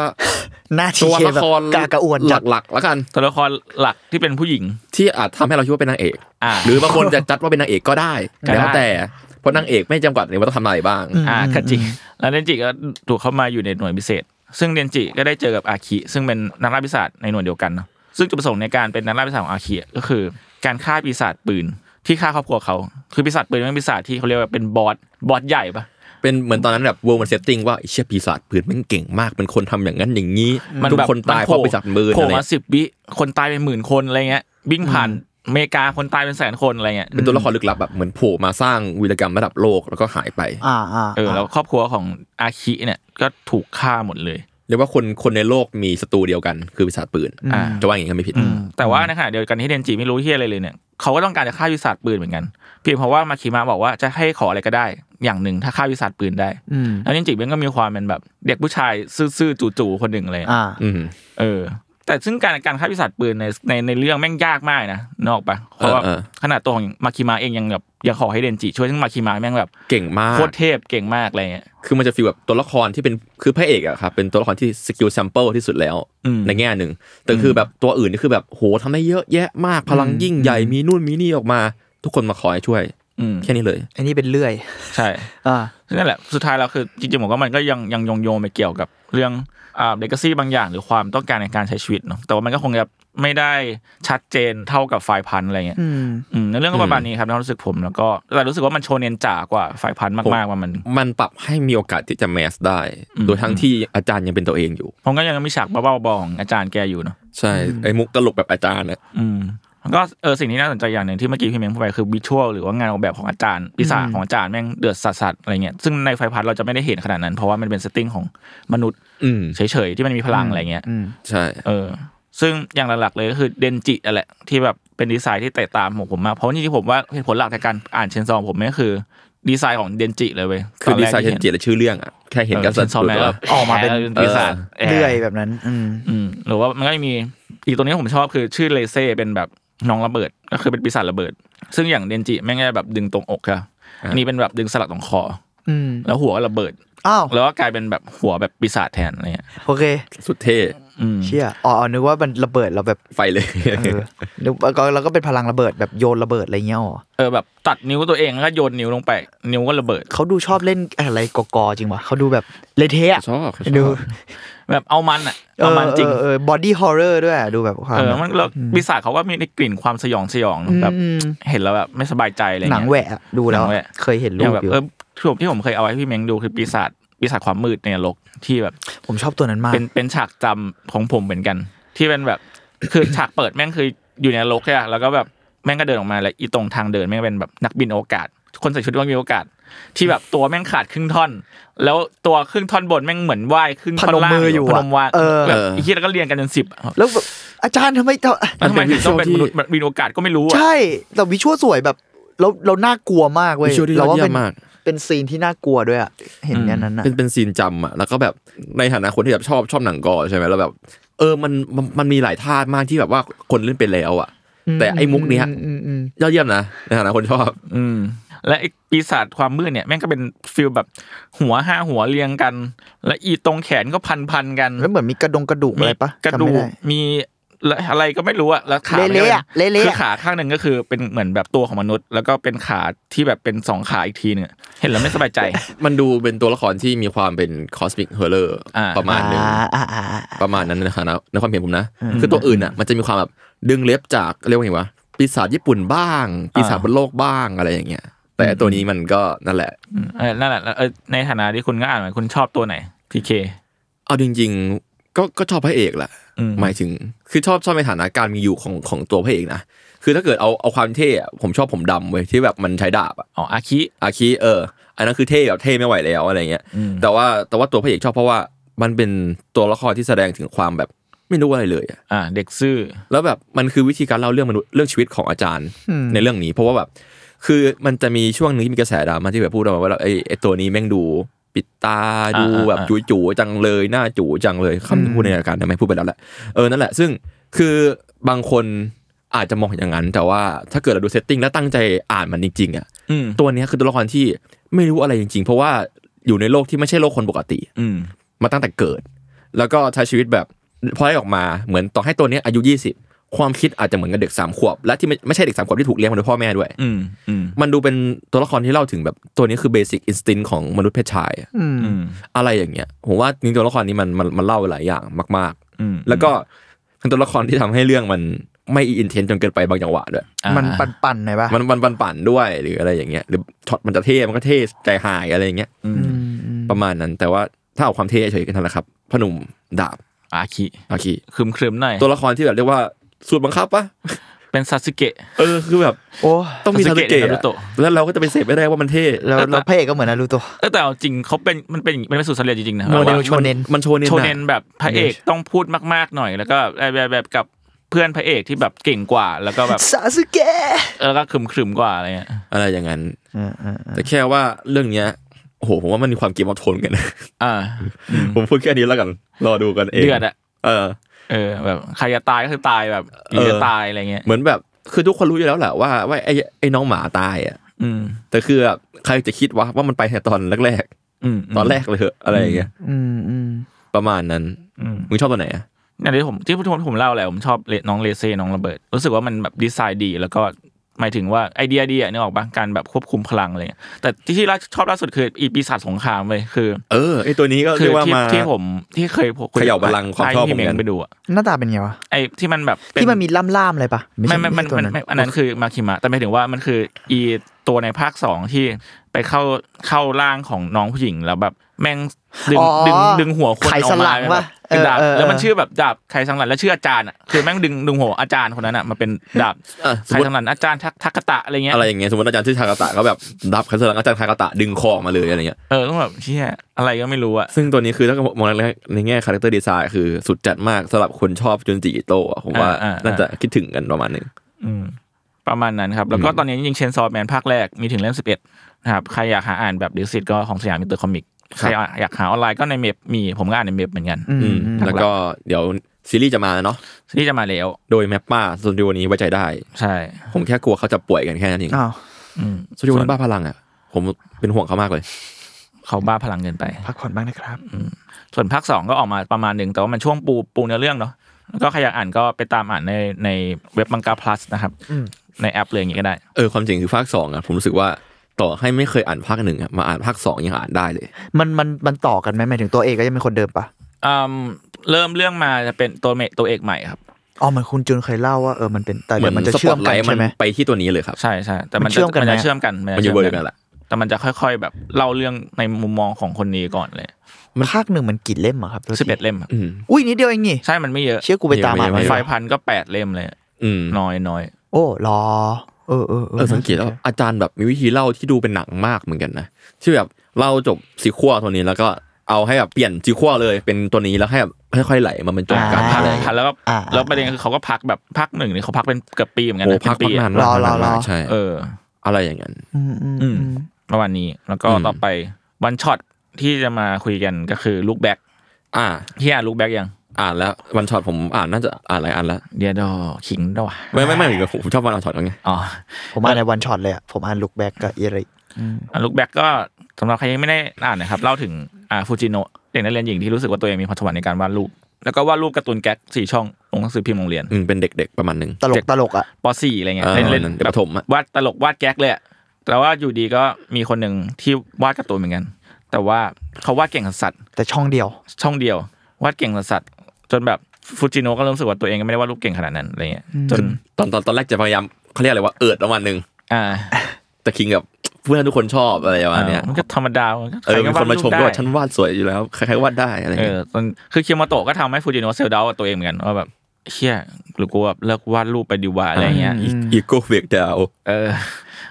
S4: หน้าที
S3: ตัว
S4: เค
S3: ละ
S4: แบบ
S3: คร
S4: กากระอวนจัด
S3: หลักๆแล้วกัน
S2: ตัวละครหลักที่เป็นผู้หญิง
S3: ที่อาจทำให้เราคิดว่าเป็นนางเอก
S2: อ่า
S3: หรือบางคนจะจัดว่าเป็นนางเอกก็ได้
S2: ก็ได้
S3: แล้วแต่ เพราะนางเอกไม่จำกัดเลยว่าต้องทำอะไรบ้าง
S2: อ่าก็จริงแล้วเดนจิก็ถูกเข้ามาอยู่ในหน่วยพิเศษ ซึ่งเดนจิก็ได้เจอกับอาคิซึ่งเป็นนักล่าปีศาจในหน่วยเดียวกันเนอะซึ่งจุดประสงค์ในการเป็นนักล่าปีศาจของอาคิก็คือ การฆ่าปีศาจปืนที่ฆ่าครอบครัวเขา คือปีศาจปืนเป็นปีศาจที่เขาเรียกว่าเป็นบอสบอสใหญ่ปะ
S3: เป็นเหมือนตอนนั้นแบบวงมันเซตติ้งว่าไอ้เชี่ยปีศาจปืนแมันเก่งมากเป็นคนทำอย่างนั้นอย่างนี้ทุก
S2: แบบ
S3: คนตาย
S2: มั
S3: เพราะปีศาจปืน
S2: โผล่
S3: อะไร
S2: มาสิบวิคนตายเป็นหมื่นคนอะไรเงี้ยวิ่งผ่านอเมริกาคนตายเป็นแสนคนอะไรเงี้ย
S3: เป็นตัวละครลึกลับแบบเหมือนโผล่มาสร้างวีรกรรมระดับโลกแล้วก็หายไป
S4: อ่าอ่า
S2: เออแล้วครอบครัวของอาคิเนี่ยก็ถูกฆ่าหมดเลย
S3: เรียกว่าคนคนในโลกมีศัตรูเดียวกันคือปีศาจปืน
S2: อ่า
S3: จะว่าอย่างนี้ก็ไม่ผิด
S2: แต่ว่าในขณะเดียวกันที่เดนจิไม่รู้เฮียอะไรเลยเนี่ยเขาก็ต้องการจะฆ่าวิสัทปืนเหมือนกันเพียงเพราะว่ามาคิมะบอกว่าจะให้ขออะไรก็ได้ อย่างหนึ่งถ้าฆ่าวิสัทปืนได้
S4: อืม
S2: แล้วเดนจิมันก็มีความเป็นแบบ เด็กผู้ชายซื่อๆจู่ๆคนหนึ่งเลย
S4: อ่า
S3: อืม
S2: เออแต่ซึ่งการการฆ่าปีศาจปืนในในในเรื่องแม่งยากมากนะนกออกปะเพราะว่า
S3: เออเออ
S2: ขนาดตัวของมาคิมาเองยังแบบยังขอให้เดนจิช่วยซึ่งมาคิมาแม่งแบบ
S3: เก่งมาก
S2: โคตรเทพเก่งมากอะไรเงี้ย
S3: คือมันจะฟีลแบบตัวละครที่เป็นคือพระเอกอะครับเป็นตัวละครที่สกิลแซมเปิลที่สุดแล้ว
S2: อืม
S3: ในแง่หนึ่ง แต่คือแบบตัวอื่นนี่คือแบบโหทำได้เยอะแยะมากพลังยิ่งใหญ่มีนู่นมีนี่ออกมา ทุกคนมาคอยช่วย
S2: อืม
S3: แค่นี้เลย
S4: อันนี้เป็นเลื่อย
S2: ใช่
S4: อ่า
S2: ซึ่งนั่นแหละสุดท้ายแล้วคือจริงๆผมว่ามันก็ยังยังยงโยงไปเกี่ยวกับเรื่องอ่าเลกาซี่บางอย่าง หรือความต้องการในการใช้ชีวิตเนาะแต่ว่ามันก็คงจะไม่ได้ชัดเจนเท่ากับไฟล์พันธุ์อะไรเงี้ย
S4: อืม
S2: อืมในเรื่องก็ประมาณนี้ครับในความรู้สึกผมแล้วก็แต่รู้สึกว่ามันโชเนนจ๋ากว่าไฟล์พันธุ์มากๆว่ามัน
S3: มันปรับให้มีโอกาสที่จะแมสได้
S2: อืม
S3: โดยทั้งที่อาจารย์ยังเป็นตัวเองอยู่
S2: ผมก็ยังมีฉากบ้าๆบอๆของอาจารย์แกอยู่เนาะ
S3: ใช่ไอ้มุกตลกแบบอาจารย์อะ
S2: อืมแล้วก็เออสิ่งที่น่าสนใจอย่างหนึ่งที่เมื่อกี้พี่เม้งพูดไปคือวิชวลหรือว่างานออกแบบของอาจารย์ปีศาจ
S4: อืม
S2: ของอาจารย์แม่งเดือดสัสๆอะไรเงี้ยซึ่งในไฟพัดเราจะไม่ได้เห็นขนาดนั้น เพราะว่ามันเป็นเซตติ้งของมนุษย์
S3: อืม
S2: เฉยๆ ที่มันมีพลังอะไรเงี้ย
S4: อืม
S3: ใช่
S2: เออซึ่งอย่างหลักๆเลยก็คือเดนจินั่นแหละที่แบบเป็นดีไซน์ที่แตกต่างของผมมากเพราะจริงๆผมว่าเหตุผลหลักในการอ่านเชนซองผมเนี่ยคือดีไซน์ของเดนจิเลยเว้ย
S3: คือ
S2: ต
S3: ดี
S2: แรก
S3: ไซน์เชนจิและชื่อเรื่องอะแค่เห็นกัน
S2: เช
S3: สั
S2: นซอง
S3: สุด
S2: แม่ง
S3: ๆ
S2: ก็
S3: แล้ว
S2: ออกมาเป็นปีศาจแ
S4: เลื่อยแบบนั้น อืม
S2: อืมหรือว่ามันก็จะมีอีกตัวนี้ผมชอบคือชื่อเลเซ่เป็นแบบน้องระเบิดก็คือเป็นปีศาจระเบิด ซึ่งอย่างเดนจิแม่งก็จะแบบดึงตรงอกครับ
S3: อ่า
S2: อันนี่เป็นแบบดึงสลักตรงคออ
S4: อืม
S2: แล้วหัวก็ระเบิด
S4: อ้าว
S2: แล้วก็กลายเป็นแบบหัวแบบปีศาจแทนอะไรเงี้ย
S4: โอเค
S3: สุดเท่
S2: อืม
S4: เชี่ยอ๋ออ๋อนึกว่ามันระเบิดเราแบบ
S3: ไฟเลย
S4: เออนึกว่าก็เราก็เป็นพลังระเบิดแบบโยนระเบิดอะไรเงี้ยอ๋อ
S2: เออแบบตัดนิ้วตัวเองแล้วก็โยนนิ้วลงไป นิ้วก็ระเบิด
S4: เขาดูชอบเล่นอะไรกอกอจริงวะเขาดูแบบเละเทะอะ
S3: ชอบเขาชอบ
S4: ดู
S2: แบบเอามันอ่ะเอามันจริง
S4: บอดี้ฮอร์เรอร์ด้วยอะดูแบบความ
S2: เออมันแล้วปีศาจเขาก็มีกลิ่นความสยองสยอง
S4: อืม
S2: แบบเห็นแล้วแบบไม่สบายใจอะไรเงี้ย
S4: หนังแหวะอะดู
S2: ห
S4: แล้ว
S2: นังแห
S4: อะ
S2: วะ
S4: เคยเห็นรู
S2: อย่าง
S4: ป
S2: แบบ
S4: อยู่
S2: เออที่ผมที่ผมเคยเอาไว้ให้พี่เม้งดูคือปีศาจปีศาจความมืดในนรกที่แบบ
S4: ผมชอบตัวนั้นมาก
S2: เป็นเป็นฉากจำของผมเหมือนกัน ที่เป็นแบบ คือฉากเปิดแม่งคืออยู่ในนรกใช่ปะแล้วก็แบบแม่งก็เดินออกมาแล้วอีตรงทางเดินแม่งเป็นแบบนักบินอวกาศ คนใส่ชุดว่ามีโอกาส ที่แบบตัวแม่งขาดครึ่งท่อน แล้วตัวครึ่งท่อนบนแม่งเหมือนว่ายครึ่งท่อนล่าง
S4: พนมมืออยู่
S2: พ
S4: อะ
S2: นมวาง
S4: เออ
S2: แบบไอ้เหียแล้วก็เรียงกันจนสิบอะ
S4: แล้วแบบอาจารย์ทำไมเจ้า
S2: แล้วทำไมถึงต้องเป็น
S3: เป็
S2: ม
S3: นวิชวลที่
S2: นุษย์บินอวกาศก็ไม่รู้อะ
S4: ใช่แต่วิชวลสวยแบบเราเราน่ากลัวมากเว้ย
S3: วิชวลที่ยอด
S4: เราว่า
S3: เยี่ย
S4: เป็น
S3: มมาก
S4: เป็นซีนที่น่ากลัวด้วยอะเห็นอย่างนั้นอะ
S3: เป็นเป็นซีนจำอ่ะแล้วก็แบบในฐานะคนที่แบบชอบชอบหนังกอใช่ไหมแล้วแบบ เออมันมันมันมีหลายท่ามากที่แบบว่าคนเล่นไปแล้วอ่ะ แต่ไอ้มุกเนี้ย
S4: อืมอืม
S3: ยอดเยี่ยมนะในฐานะคนชอบ
S2: อืม และไอ้ปีศาจความมืดเนี่ยแม่งก็เป็นฟิลแบบหัวห้าหัวเรียงกัน และอีตรงแขนก็พันพันๆกัน
S4: แล้วเหมือนมีกระดงกระดูกอะไรปะ
S2: มีกระ
S4: จำ
S2: ดู
S4: ไม่
S2: ก
S4: ไ
S2: มีอะไรก็ไม่รู้อะแล้วขา
S4: เละๆอะ
S2: นี่ยป็น
S4: เละๆอะ
S2: คือขาข้างหนึ่งก็คือเป็นเหมือนแบบตัวของมนุษย์ แล้วก็เป็นขาที่แบบเป็นสองขาอีกทีหนึ่งอะเห็นแล้วไม่ส บายใจ
S3: มันดูเป็นตัวละครที่มีความเป็นคอส m ิกเฮอร์เลอร์
S2: อ่า
S3: ประมาณหนึง
S4: อ่าอ่าอ่าอ่า
S3: ประมาณนั้นนะครับในความเห็นผมนะ คือตัวอื่นอ่ะ มันจะมีความแบบดึงเล็บจากเรียกว่าไงวะปีศาจญี่ปุ่นบ้าง ปีศาจบนโลกบ้างอะไรอย่างเงี้ย แต่ตัวนี้มันก็นั่นแหละ
S2: อืมเออนั่นแหละแล้วเออในฐานะที่คุณก็อ่านมาคุณชอบตัวไหนพีเค
S3: เอาจริง ๆ ก็ก็ชอบพระเอกแหละ
S2: อืม
S3: หมายถึง คือชอบชอบในฐานะการมีอยู่ของของตัวพระเอกนะ คือถ้าเกิดเอาเอาความเท่อะผมชอบผมดำเว้ยที่แบบมันใช้ดาบอะ
S2: อ๋ออาคิ
S3: อาคิเออ อันนั้นคือเท่แบบเท่ไม่ไหวแล้วอะไรเงี้ย แต่ว่าแต่ว่าตัวพระเอกชอบเพราะว่ามันเป็นตัวละครที่แสดงถึงความแบบไม่รู้อะไรเลยอะ
S2: อ่าเด็กซื่อ
S3: แล้วแบบมันคือวิธีการเล่าเรื่องมนุษย์เรื่องชีวิตของอาจารย์ในเรื่องนี้ เพราะว่าแบบคือมันจะมีช่วงหนึงที่มีกระแสดราม่าที่แบบพูดออกมาว่าแบบไอ้ไอ้ตัวนี้แม่งดูปิดตาดู
S2: อ่าอ่า
S3: แบบ
S2: อ่า
S3: จู๋จูจังเลยหน้าจู๋จังเลยคำที่พูดในรายการทำไมพูดไปแล้วแหละเออนั่นแหละ ซึ่งคือบางคนอาจจะมองอย่างนั้น แต่ว่าถ้าเกิดเราดูเซตติ้งแล้วตั้งใจอ่านมันจริงๆอะ
S2: อืม
S3: ตัวเนี้ยคือตัวละครที่ไม่รู้อะไรจริงๆ เพราะว่าอยู่ในโลกที่ไม่ใช่โลกคนปกติ
S2: อืม
S3: มาตั้งแต่เกิด แล้วก็ใช้ชีวิตแบบพอได้ออกมาเหมือนต่อให้ตัวเนี้ยอายุ 20 ความคิดอาจจะเหมือนกับเด็ก3ามขวบ และที่ไม่ไม่ใช่เด็ก3ามขวบที่ถูกเลี้ยงมาโดยพ่อแม่ด้วย
S2: อืมอืม
S3: มันดูเป็นตัวละครที่เล่าถึงแบบตัวนี้คือเบสิกอินสติ้นของมนุษย์เพศชายอะ
S4: อืม
S2: อืม
S3: อะไรอย่างเงี้ยผมว่าจริงๆตัวละครนี้มันมันมันเล่าหลายอย่างมาก
S2: อืม
S3: ๆ แล้วก็เป็นตัวละครที่ทำให้เรื่องมันไม่อินเทนจนเกินไปบางจังหวะด้วย
S2: อ่า
S4: มันปั่นปั่นๆหน่อยปะ
S3: มันมันมันปั่นด้วยหรืออะไรอย่างเงี้ยหรือช็อตมันจะเท่มันก็เท่ใจหายอะไรอย่างเงี้ย
S2: อืม
S4: อืมอืม
S3: ประมาณนั้นแต่ว่าถ้าเอาความเท่เฉยๆกันนั่นแหละครับพอหนุ่มดาบ
S2: อาคิ
S3: อาคี
S2: คืมครึมๆหน่อย
S3: ตัวละครที่แบบเรียกว่าสูตรบังคับปะ
S2: เป็นซาสึเกะ
S3: เออคือแบบ
S4: โอ้
S3: ต้องมีซา
S2: Sasuke
S3: สึเกะ
S2: ใน Naruto
S3: แล้วเราก็จะไปเสพไม่ได้ว่ามันเท่
S4: แล้วแล้วพระเอกก็เหมือนนารูโตะ
S2: เออแต่เอาจริงเขาเป็นมันเป็นมันเป็นสูตรสำเร็จจริงๆนะ
S4: โมเดล
S2: ว่า
S4: โชเนน
S3: มันโชเนน
S2: โช
S3: อะ
S2: เนนแบบพระเอกต้องพูดมากๆหน่อย แล้วก็แบบแบบแบบกับเพื่อนพระเอกที่แบบเก่งกว่า แล้วก็แบบ
S4: ซาสึเกะ
S2: แล้วก็ขรึมขรึมๆกว่าอะไรเงี้ย
S3: อะไรอย่างนั้น
S4: เออเออเออ
S3: แต่แค่ว่าเรื่องเนี้ยโอ้โหผมว่ามันมีความเกมออฟโทนกันนะ
S2: อ่า
S3: ผมพูดแค่นี้แล้วกันรอดูกันเอง
S2: เดือดอะ
S3: เออ
S2: เออ แบบใครจะตายก็คือตายแบบหรือจะตายอะไรเงี้ย
S3: เหมือนแบบคือทุกคนรู้อยู่แล้วแหละว่าว่าไอ้ไอ้น้องหมาตายอ่ะ
S2: อืม
S3: แต่คือแบบใครจะคิดว่าว่ามันไปแต่ตอนแรก
S2: อืม
S3: ๆตอนแรกเลยเหอะอะไรอย่างเงี้ย
S4: อืมอืม
S3: ประมาณนั้น
S2: อืม
S3: มึงชอบตัวไหนอะ
S2: อย่างที่ผมที่ผมผมเล่าแหละผมชอบเลน้องเลเซ่น้องระเบิด รู้สึกว่ามันแบบดีไซน์ดี แล้วก็หมายถึงว่าไอเดียดีอะนึกออกปะการแบบควบคุมพลังอะไรเงี้ยแต่ที่ที่ชอบล่าสุดคืออีปีศาจสงครามเลยคือ
S3: เออไอตัวนี้ก็
S2: คื
S3: เรียกว่า
S2: ที่
S3: มา
S2: ที่ผมที่เคยคุย
S3: เขย่าพลังความชอบ
S2: ให้พี่เม
S3: เหมือนกั
S2: ง
S3: น
S2: ไปดูอะ
S4: หน้าตาเป็นไงวะ
S2: ไอ้ที่มันแบบเป็
S4: ที่มันมีล่ามล่ามๆอะไรปะ
S2: ไม่ไม่มัน
S4: ตัว
S2: มันไม่อันนั้นคือมาคิมะแต่หมายถึงว่ามันคืออีตัวในภาคสองที่ไปเข้าเข้าร่างของน้องผู้หญิงแล้วแบบแม่งดึง
S4: อ๋อ
S2: ดึงดึงหัวคน
S4: ไข
S2: ออ
S4: ส
S2: ก
S4: ลั
S2: มาง แบบ
S4: ปะ
S2: เป็น
S4: เออ
S2: ดาบ
S4: เอ
S2: แล้วมันชื่อแบบดาบไขสังหลันแล้วชื่ออาจารย์อ่ะคือแม่งดึงดึงหัวอาจารย์คนนั้นอ่ะมาเป็นดาบ
S3: อ่ะ
S2: ไข
S3: สมมติ
S2: สังหลันอาจารย์ทักทักกะตะอะไรเงี้ย
S3: อะไรอย่างเงี้ยสมมติอาจารย์ชื่อทากาตะก็แบบดับคันสลังอาจารย์ทากาตะดึงคอออกมาเลยอะไรเงี้ย
S2: เออต้องแบบเชี่ยอะไรก็ไม่รู้อ่ะ
S3: ซึ่งตัวนี้คือถ้ามองในแง่ในแง่คาแรคเตอร์ดีไซน์คือสุดจัดมากสำหรับคนชอบจุนจิอิโตะผมว่า น่าจะคิดถึงกันประมาณหนึง
S2: อืมประมาณนั้นครับ แล้วก็ตอนนี้จริงๆเชนซอแมนภาคแรกมีถึงเล่มสิบเอ็ดนะครับใครอยากหาอ่านแบบดิสิตก็ของสยามมิเตอร์คอมิก
S3: ค
S2: ใค
S3: รั
S2: ร
S3: บ
S2: อยากหาออนไลน์ก็ในเมพมีผมก็อ่านในเมพเหมือนกัน
S4: อืม
S3: อืม
S4: อืม
S3: แล้วก็เดี๋ยวซีรีส์จะมาเนาะ
S2: ที่จะมาแล้ว
S3: โดยแมปป้าสตูดิโอนี้ไว้ใจได้
S2: ใช่
S3: ผมแค่กลัวเขาจะป่วยกันแค่นั้นเอง
S4: อ้าว
S2: อืม
S3: สตูดิโอนี้บ้าพลังอ่ะผมเป็นห่วงเขามากเลย
S2: เขาบ้าพลังเกินไป
S4: พักผ่อนบ้างนะครับ
S2: ส่วนภาคสองก็ออกมาประมาณหนึ่งแต่ว่ามันช่วงปูปูเนื้อเรื่องเนาะแล้วก็ใครอยากอ่านก็ไปตามอ่านในในเว็บมังกา plus นะครับในแอปเลยอย่างนี้ก็ได้
S3: เออความจริงคือภาคสองอะผมรู้สึกว่าต่อให้ไม่เคยอ่านภาคหนึ่งอะมาอ่านภาคสองยังอ่านได้เลย
S4: มันมันมันต่อกันไหมหมายถึงตัวเอกก็ยังเป็นคนเดิมปะ
S2: อืมเริ่มเรื่องมาจะเป็นตัวเมตัวเอกใหม่ครับ
S4: อ๋อเหมือนคุณจุนเคยเล่าว่าเออมันเป็นแต่
S3: เหมือย น
S4: เดี๋วมันจะ
S3: สป
S4: เชื่
S3: อ
S4: อ
S3: ต
S4: ม
S3: ไล
S4: กัน
S3: ท์มัน
S4: ใช่ไหม
S3: ไปที่ตัวนี้เลยครับ
S2: ใช่ใช่แต่มัน
S4: มัน
S2: จะ
S4: เชื่อมกัน
S2: มันจะเชื่อมกัน
S4: ไหมอะ
S3: มันอยู่เบอร์เดียวกันแหละ
S2: แต่มันจะค่อย ๆ แบบเล่าเรื่องในมุมมองของคนนี้ก่อนเลย
S3: มัน
S4: ภาคหนึ่งมันกี่เล่มอะครับโทษที
S2: สิบเอ็ดเล่มครับ
S3: อืม
S4: อุ้ยนิดเดียวเองนี่
S2: ใช่มันไม่เยอะ
S4: เชื่อกูไปตามอ่า
S3: เยอะ
S4: น
S3: เยอะ
S2: ไฟ
S4: ไฟ
S2: พันก็แปดเล่มเลย
S3: อืม
S2: น้อยน้อย
S4: โอ้รอ เออเออ
S3: เออสังเกตแล้วอาจารย์แบบมีวิธีเล่าที่ดูเป็นหนังมากเหมือนกันนะที่แบบเล่าจบซีควอลตัวนี้แล้วก็เอาให้แบบเปลี่ยนซีควอลเลยเป็นตัวนี้แล้วให้แบบค่อยๆไหลมาเป็นจบกัน
S4: า
S2: พัก
S3: อะไร
S2: พันแล้วก็
S4: อ่า
S2: แล้วประเด็นคือเขาก็พักแบบพักหนึ่งนี่เขาพักเป็นเกือบปีเหมือนกัน
S3: โอ้
S2: นะ
S3: พัก
S2: เป็นปี
S3: นาน
S2: อะ
S3: มาก
S4: รอรอรอ
S3: นานมากใช่
S2: เออ
S3: อะไรอย่างนั้น
S4: อืมอืม
S2: อื
S4: อื
S2: ม
S4: ม
S2: ประมาณนี้แล้วก็
S3: อืม
S2: ต่อไปวันช็อตที่จะมาคุยกันก็คือลูกแบ็ก
S3: อ่า
S2: ที่อ่านลูกแบ็กยัง
S3: อ่านแล้ววันช็อตผมอ่านน่าจะอ่านหลายอันแล้ว
S2: เดียดอขิงด้วย
S3: ไม่ไม่ไม่เหมือนกันผมผมชอบวันช็อตตรงนี้
S2: อ๋อ
S4: ผมอ่านในวันช็อตเลยอะผมอ่านลุกแบ็กกับเอริ
S2: ลุกแบ็กก็สำหรับใครยังไม่ได้อ่านนะครับเล่าถึงอ่าฟูจิโนะเด็กนักเรียนหญิงที่รู้สึกว่าตัวเองมีพรสวรรค์ในการวาดรูป แล้วก็วาดรูปการ์ตูนแก๊กสี่ช่องลงหนังสือพิมพ์โรงเรียน
S3: อืมเป็นเด็กๆประมาณหนึ่ง
S4: ตลกตลกอะ
S2: ป .4 อะไรเงี้ย
S3: อ่า
S2: เล่นเล่น
S3: นั่น
S2: แบ
S3: ป
S2: บ
S3: ระถมอะ
S2: วาดตลกวาดแก๊กเลยอะแต่ว่าอยู่ดีก็มีคนหนึ่งที่วาดการ์ตูนเหมือนกัน แต่ว่าเขาวาดเก่งสัส
S4: แต่ช่องเดียว
S2: ๆช่องเดียว วาดเก่งสัสๆจนแบบฟูจิโนะก็รู้สึกว่าตัวเองไม่ได้วาดรูปเก่งขนาดนั้นอะไรเงี้ยจน
S3: ตอนตอนตอนแรกจะพยายามเขาเรียกอะไรว่าเอิดประมาณหนึ่ง
S2: อ่า
S3: แต่คิงกับเพื่อนทุกคนชอบอะไรประมาณเนี้ย
S2: อ่ามันก็ธรรมดามันก็
S3: เอ
S2: ใร
S3: อ
S2: ก็
S3: มีคนมาชมก็
S2: วาดรูป
S3: ว่า
S2: ได้
S3: ฉันวาดสวยอยู่แล้วใครๆวาดได้อะไร
S2: เอ
S3: เงี้
S2: อย ตอนคือเคียวมาโตะก็ทำให้ฟูจิโนะเซลล์ดาวตัวเองเหมือนกันว่าแบบเชี่ยหรือกูแบบเลิกวาดรูปไปดีกว่าอะไรเงี้ย
S3: อีอีโก้เบรกดาวน์
S2: เออ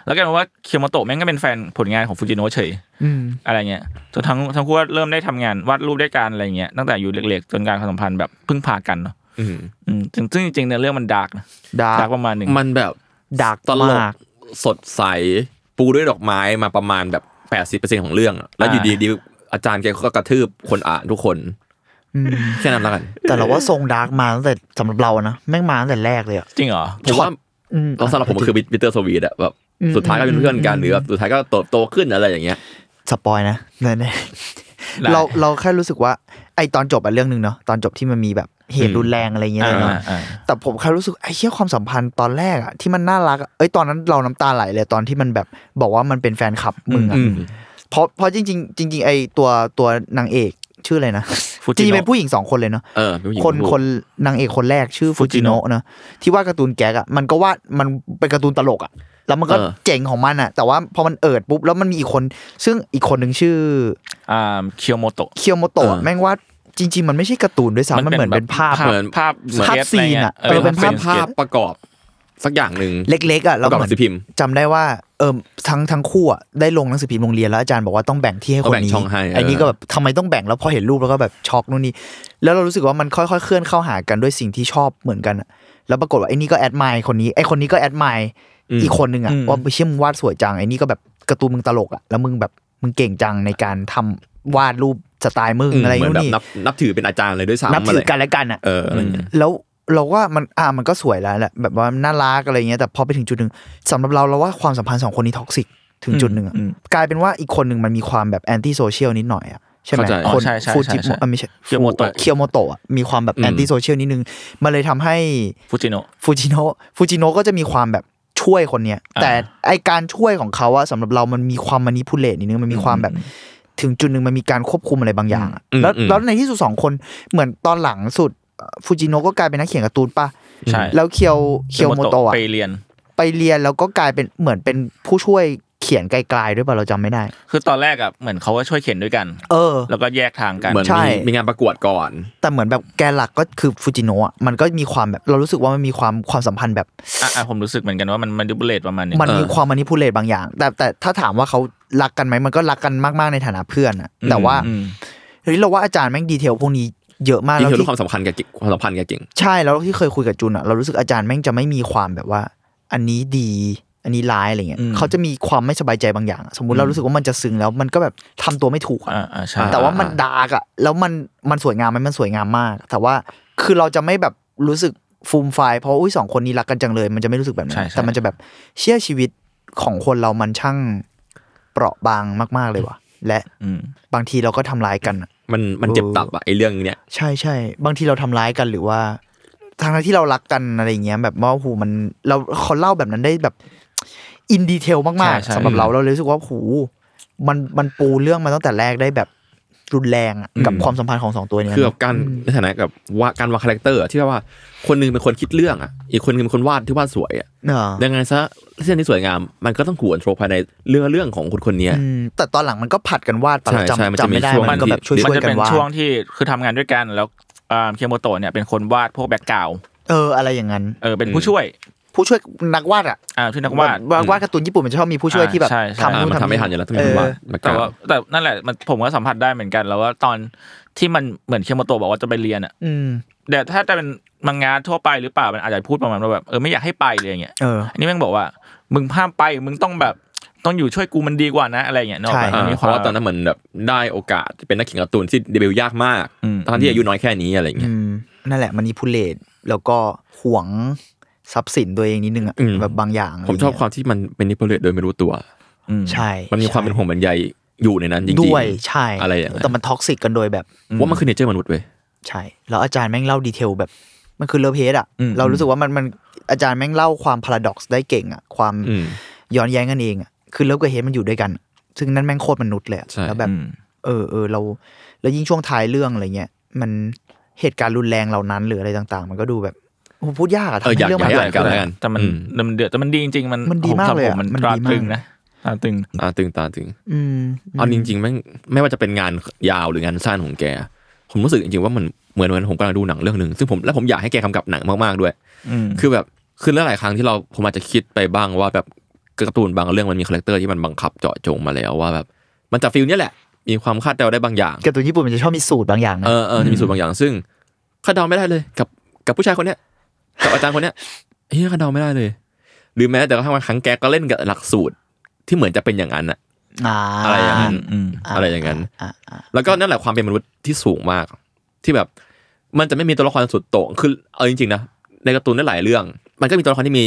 S2: แล้วกันว่าเคียวมาโตะแม่งก็เป็นแฟนผลงานของฟูจิโนะเฉย
S4: อืม
S2: อะไรเงี้ยจนทั้งทั้งคู่ก็เริ่มได้ทำงานวาดรูปด้วยกันอะไรเงี้ยตั้งแต่อยู่เล็กๆ จนการความสัมพันธ์แบบพึ่งพากันเนาะ
S3: อืม
S2: อืมซึ่งซึ่งจริงๆเนื้อเรื่องมันดาร์กนะ
S4: ดา
S2: ดา
S4: ร์
S2: ร์
S4: ก
S2: กประมาณหนึ่ง
S3: มันแบบ
S4: ดาร์ก
S3: ตลก
S4: มาก
S3: สดใสปูด้วยดอกไม้มาประมาณแบบแปดสิบเปอร์เซ็นของเรื่องอะแล้วอยู่ดีดีๆอาจารย์แกก็กระทืบคนอ่านทุกคน
S4: อืม
S3: แค่นั้นแล้วกัน
S4: แต่เราว่าทรงดาร์กมาตั้งแต่สำหรับเราอะนะแม่งมาตั้งแต่แรกเลยอะ
S2: จริงเหรอ
S3: ผมว่า
S4: อืม
S3: สำหรับผมมันคือวิเตอร์สวีดอะแบบ
S4: อืม
S3: สุดท้ายก็เป็นเพื่อนกันหรือแบบสุดท้ายก็โตโตขึ้นอะไรอย่างเงี้ย
S4: สปอยนะเนี่ยเนี่ยเราเราแค่รู้สึกว่าไอตอนจบอะเรื่องหนึ่งเนาะตอนจบที่มันมีแบบเหตุรุนแรงอะไรอย่างเงี้ย
S2: อ่า
S4: เนาะ
S2: อ่า
S4: แต่ผมแค่รู้สึกไอเชี่ยความสัมพันธ์ตอนแรกอะที่มันน่ารักอะเอ้ยตอนนั้นเราน้ำตาไหลเลยตอนที่มันแบบบอกว่ามันเป็นแฟนคลับมึงอะ
S3: อืม
S4: เพราะเพราะจริง ๆ จริง ๆ ไอตัวตัวนางเอกชื่ออะไรนะ
S2: ฟู
S4: จ
S2: จิ
S4: ริงๆ
S2: โนะ
S4: เป็นผู้หญิงสองคนเลยเนาะ
S3: เออเป็ผู้หญิง
S4: คน
S3: พูด
S4: คนนางเอกคนแรกชื่อฟูจิโนะเนอะที่วาดการ์ตูนแก๊กอ่ะมันก็วาดมันเป็นการ์ตูนตลกอ่ะแล้วมันก็
S3: เออ
S4: เจ๋งของมันอ่ะ แต่ว่าพอมันเอิดปุ๊บแล้วมันมีอีกคน ซึ่งอีกคนหนึ่งชื่อ
S2: อ่าเคียวโมโตะ
S4: เคียวโมโตะ
S3: เออ
S4: แม่งวาดจริง ๆ มันไม่ใช่การ์ตูนด้วยซ้ำมันเหมือนเป็นภาพ
S2: ภาพภาพ
S4: ภาพ
S2: สเก็ตอะไรเงี้ย
S4: ซีนอะ เออเป็นภาพ
S2: สก็ต
S3: ภาพประกอบสักอย่างหนึ่ง
S4: เล็กๆอ่ะแล้ว
S3: ประกอบหนังสือพิมพ์
S4: จำได้ว่าเออทั้งทั้งคู่อ่ะได้ลงหนังสือพิมพ์โรงเรียนแล้วอาจารย์บอกว่าต้องแบ่งที่ให้ค
S3: เขา
S4: น
S3: แบ่ง
S4: นี้
S3: ช่องให้
S4: ไอ้นี่ก็แบบทำไมต้องแบ่งแล้วพอเห็นรูปแล้วก็แบบช็อกนู่นนี่แล้วเรารู้สึกว่ามันค่อยๆเคลื่อนเข้าหากันด้วยสิ่งที่ชอบเหมือนกันอะแล้วปรากฏว่าไอ้นี่ก็แอดมายคนนี้ไอ้คนนี้ก็แอดมายอีกคนนึงอ่ะ
S2: อืม
S4: ว่าไปเชื่อมงวาดสวยจังไอ้นี่ก็แบบการะตูนมึงตลกอ่ะแล้วมึงแบบมึงเก่งจังในการทำวาดรูปสไตล์มึง
S3: อืม
S4: อะไร
S3: เหมือนแบ
S4: นู่น
S3: บ
S4: นี่
S3: นับนับถือเป็นอาจารย์เลยด้วยซ้ำ
S4: นับ
S3: อะ
S4: ถื
S3: ไร
S4: อกันและกันอ่ะ
S3: เอออะไรเงี้ย
S4: แล้วเราว่ามันอ่ามันก็สวยแล้วแหละแบบว่าน่ารักอะไรเงี้ยแต่พอไปถึงจุดหนึ่งสำหรับเราเราว่าความสัมพันธ์สองคนนี้ท็อกซิกถึงจุดหนึ่งอะ
S2: อืม
S4: กลายเป็นว่าอีกคนหนึ่งมันมีความแบบแอนตี้โซเชียลนิดหน่อยอะใช่ไหม
S2: เข้าใจ
S4: ค
S2: อ๋
S4: น
S2: อใช่ใช่
S4: ฟู
S2: ใช่
S4: จิ
S2: ใช่
S4: โมะอ่ะไม่ใช่
S2: เคียวโมโตะ
S4: เคียวโมโตะอะมีความแบบแอนตี้โซเชียลนิดนึงมันเลยทำให้
S2: ฟูจิโนะ
S4: ฟูจิโนะฟูจิโนะก็จะมีความแบบช่วยคนเนี้ย
S2: อ่า
S4: แต่ไอการช่วยของเขาอะสำหรับเรามันมีความมานิพุเลตนิดนึงมันมีความแบบ ถึงจุดหนึ่งมันมีการควบคุมอะไรบางอย่างอะแล้วแล้วในที่สุดสองคนเหมือนตอนหลังสุดเอ่อฟูจิโนะก็กลายเป็นนักเขียนการ์ตูนป่ะ
S2: ใช่
S4: แล้วเคียวเคียวโมโตะอะ
S2: ไปเรียน
S4: ไปเรียนแล้วก็กลายเป็นเหมือนเป็นผู้ช่วยเขียนไกลๆด้วยป่ะเราจำไม่ได้
S2: คือตอนแรกอะเหมือนเขาก็ช่วยเขียนด้วยกัน
S4: เออ
S2: แล้วก็แยกทางกัน
S3: เหมือน
S4: ใช่
S3: มีมีงานประกวดก่อน
S4: แต่เหมือนแบบแกนหลักก็คือฟูจิโนะอะมันก็มีความแบบเรารู้สึกว่ามันมีความความสัมพันธ์แบบ
S2: อ่ะอ่ะผมรู้สึกเหมือนกันว่ามันมันดิบเลตประมาณหนึง
S4: มันมี
S3: เออ
S4: ความมานิพูเลตบางอย่าง แต่แต่ถ้าถามว่าเขารักกันไหมมันก็รักกันมาก ๆ ในฐานะเพื่อนอะแต่ว่า
S2: อืม
S4: เฮ้ยเราว่าอาจารย์แม่งดีเทลพวกนี้เยอะมาก
S3: นี่
S4: แล้ว
S3: คือ
S4: ที่
S3: ความสำคัญแกเก่งความสัมพันธ์แกเก่ง
S4: ใช่แล้วที่เคยคุยกับจุนอะเรารู้สึกอาจารย์แม่งจะไม่มีความแบบว่า อันนี้ดี อันนี้ร้ายอะไรเงี้ยเขาจะมีความไม่สบายใจบางอย่างอะสมมุติเรารู้สึกว่ามันจะซึ้งแล้วมันก็แบบทำตัวไม่ถูกอะ
S2: อ่าอ่าใช่
S4: แต่ว่ามันดาร์กอะแล้วมันมันสวยงามไหมมันสวยงามมาก แต่ว่าคือเราจะไม่แบบรู้สึกฟูมไฟล์เพราะอุ้ยสองคนนี้รักกันจังเลย มันจะไม่รู้สึกแบบนั้นแต่มันจะแบบเชื่อชีวิตของคนเรามันช่าง เปราะบางมาก ๆ เลยว่ะ และ
S2: อืม
S4: บางทีเราก็ทำร้ายกันอะ
S3: มันมันเจ็บตับอะไอเรื่องเนี้ย
S4: ใช่ใช่บางทีเราทำร้ายกันหรือว่าทางที่เรารักกันอะไรอย่างเงี้ยแบบว่าโอ้โหูมันเราเขาเล่าแบบนั้นได้แบบอินดีเทลมาก
S2: ใช่ใช่
S4: ๆสำหรับเราเราเลยรู้สึกว่าโอ้โหูมันมันปูเรื่องมาตั้งแต่แรกได้แบบรุนแรงอะกับความสัมพันธ์ของสองตัวเนี้ย
S3: คือแบบการในฐานะกับว่าการวางคาแรคเตอร์อะที่ว่าคนหนึงเป็นคนคิดเรื่องอะอีกคนหนึงเป็นคนวาดที่วาดสวยอะ
S4: เนอะ
S3: ยังไงซะเส้นที่สวยงามมันก็ต้องถูกอันโทรภายในเรื่องเรื่องของคนคนเนี้ย
S4: อืมแต่ตอนหลังมันก็ผัดกันวาดปะ
S3: ใช่
S4: เรา
S3: ใช่มันจะ
S4: จำจำ
S3: มี
S4: ไม่ได้
S3: ช่วง
S4: มันก็แบบช่วย
S2: มัน
S4: ช่วย
S2: จะ
S4: กั
S2: เป็น
S4: นวาด
S2: ช่วงที่คือทำงานด้วยกันแล้วอ่าเคียวโมโตะเนี่ยเป็นคนวาดพวกแบ็กกราว
S4: เอออะไรอย่างนั้น
S2: เออเป็นผู้ช่วย
S4: ผู้ช่วยนักวาดอะ
S2: อ่าชื่อนักวาด
S4: วาดวาดการ์ตูนญี่ปุ่นมันจะชอบมีผู้ช่วยที่แบบ
S2: อ่าใช่ใช่
S4: ทำ
S3: อ่า
S4: นู่น
S3: มัน
S4: ทำ
S3: ทำไม่
S4: นี่
S3: ทันอยู่แล้วถ้ามีคนวาดมา
S2: แต่
S3: กา
S2: ว่าแต่นั่นแหละมันผมก็สัมผัสได้เหมือนกัน แล้วว่าตอนที่มันเหมือนเคียวโมโตะบอกว่าจะไปเรียนอ่ะ
S4: อืม
S2: แต่ถ้าจะเป็นมังงะทั่วไปหรือเปล่ามันอาจจะพูดประมาณว่าแบบเออไม่อยากให้ไปเลยอย่างเงี้ย
S4: เออ
S2: อันนี้แม่งบอกว่ามึงห้ามไปมึงต้องแบบต้องอยู่ช่วยกูมันดีกว่านะอะไรอย่างเงี้ยเนกออกปะ
S4: ใช่
S2: อัน
S3: อ่า
S2: นี้
S3: เพ
S2: ความ
S3: ราะว่าตอนนั้นเหมือนแบบได้โอกาสเป็นนักเขียนการ์ตูนที่เดบิวต์ยากมาก
S2: อืม
S3: ทั้งที่อายุน้อยแค่นี้อะไรอย่างเงี้ย
S4: อืมนั่นแหละมันนิพูเลตแล้วก็หวงทรัพย์สินตัวเองนิดนึงอะ
S3: อืม
S4: แบบบางอย่าง
S3: ผมชอบความที่มันเป็นนิพเลตโดยไม่รู้ตัว
S2: อืม
S4: ใช่
S3: มันมีความเป็นห่วงบรรยายอยู่ในนั้นจริงๆ
S4: ด้วยใช่
S3: อะไรอย่างนั้น
S4: แต่มันท็อกซิกกันโดยแบบ
S3: ว่ามันคือเนเจอร์มนุษย์เว้ย
S4: ใช่ แล้วอาจารย์แม่งเล่าดีเทลแบบ มันคือเลเ a สอะ
S2: อืม
S4: เรารู้สึกว่ามันมันอาจารย์แม่งเล่าความพาราด็อกซ์ได้เก่งอะความ
S3: อืม
S4: ย้อนแย้งกันเองอะคือเลเ a สมันอยู่ด้วยกันอะซึ่งนั่นแม่งโคตรมนุษย์เลยอะ
S3: ใช่
S4: แล้วแบบ
S2: อืม
S4: เออเออเราแล้วยิ่งช่วงท้ายเรื่องอะไรเงี้ยมันเหตุการณ์รุนแรงเหล่านั้นหรืออะไรต่าง ๆ มันก็ดูแบบโอ้โหพูดยากอะ
S3: เออ
S4: ทำ
S3: อยาก
S4: ให้
S3: อ
S4: เรื่อง
S3: ยาก
S4: มัน
S3: ให้
S4: ให
S3: อ่าน
S4: ญ่
S3: กันแล้
S4: ขึ้น
S3: วกัน
S2: แต่มัน
S3: อืม
S2: แต่มันเดือดแต่มันดีจริงๆมัน
S4: มันดีมากเลยอะ
S2: ผสำหรับผมัน
S4: มัน
S2: ตรา
S4: ดีมาก
S2: ตรึงนะตราตรึง
S3: ตาตึงตาตึง
S4: อืม
S3: เอาจริงๆแม่งไม่ว่าจะเป็นงานยาวหรืองานสั้นของแก ผมรู้สึกจริงๆว่ามันเหมือนเหมือนผมกำลังดูหนังเรื่องหนึ่งซึ่งผมและผมอยากให้แกกำกับหนังมากๆด้วย
S2: อืม
S3: คือแบบคือหลายๆครั้งที่เราผมอาจจะคิดไปบ้างว่าแบบการ์ตูนบางเรื่องมันมีคาแรคเตอร์ที่มันบังคับเจาะจงมาแล้วว่าแบบมันจะฟิลเนี้ยแหละ มีความคาดเดาได้บางอย่าง
S4: การ์ตูนญี่ปุ่นมันจะชอบมีสูตรบางอย่างนะ
S3: เออเออมีสูตรบางอย่างซึ่งคาดเดาไม่ได้เลย กับกับผู้ชายคนเนี้ยกับอาจารย์คนเนี้ยเฮ้ยคาดเดาไม่ได้เลย หรือแม้แต่กระทั่งบางครั้งแกก็เล่นกับหลักสูตรที่เหมือนจะเป็นอย่างนั้นอะ
S4: า
S3: อะไรอย่างนั้น
S2: อืม
S3: อะไรอย่างนั้น
S4: อ่าอ่า
S3: แล้วก็นั่นแหละความเป็นมนุษย์ที่สูงมาก ที่แบบ มันจะไม่มีตัวละครสุดโต่งคือเอาจริงๆนะในการ์ตูนได้หลายเรื่อง มันก็มีตัวละครที่มี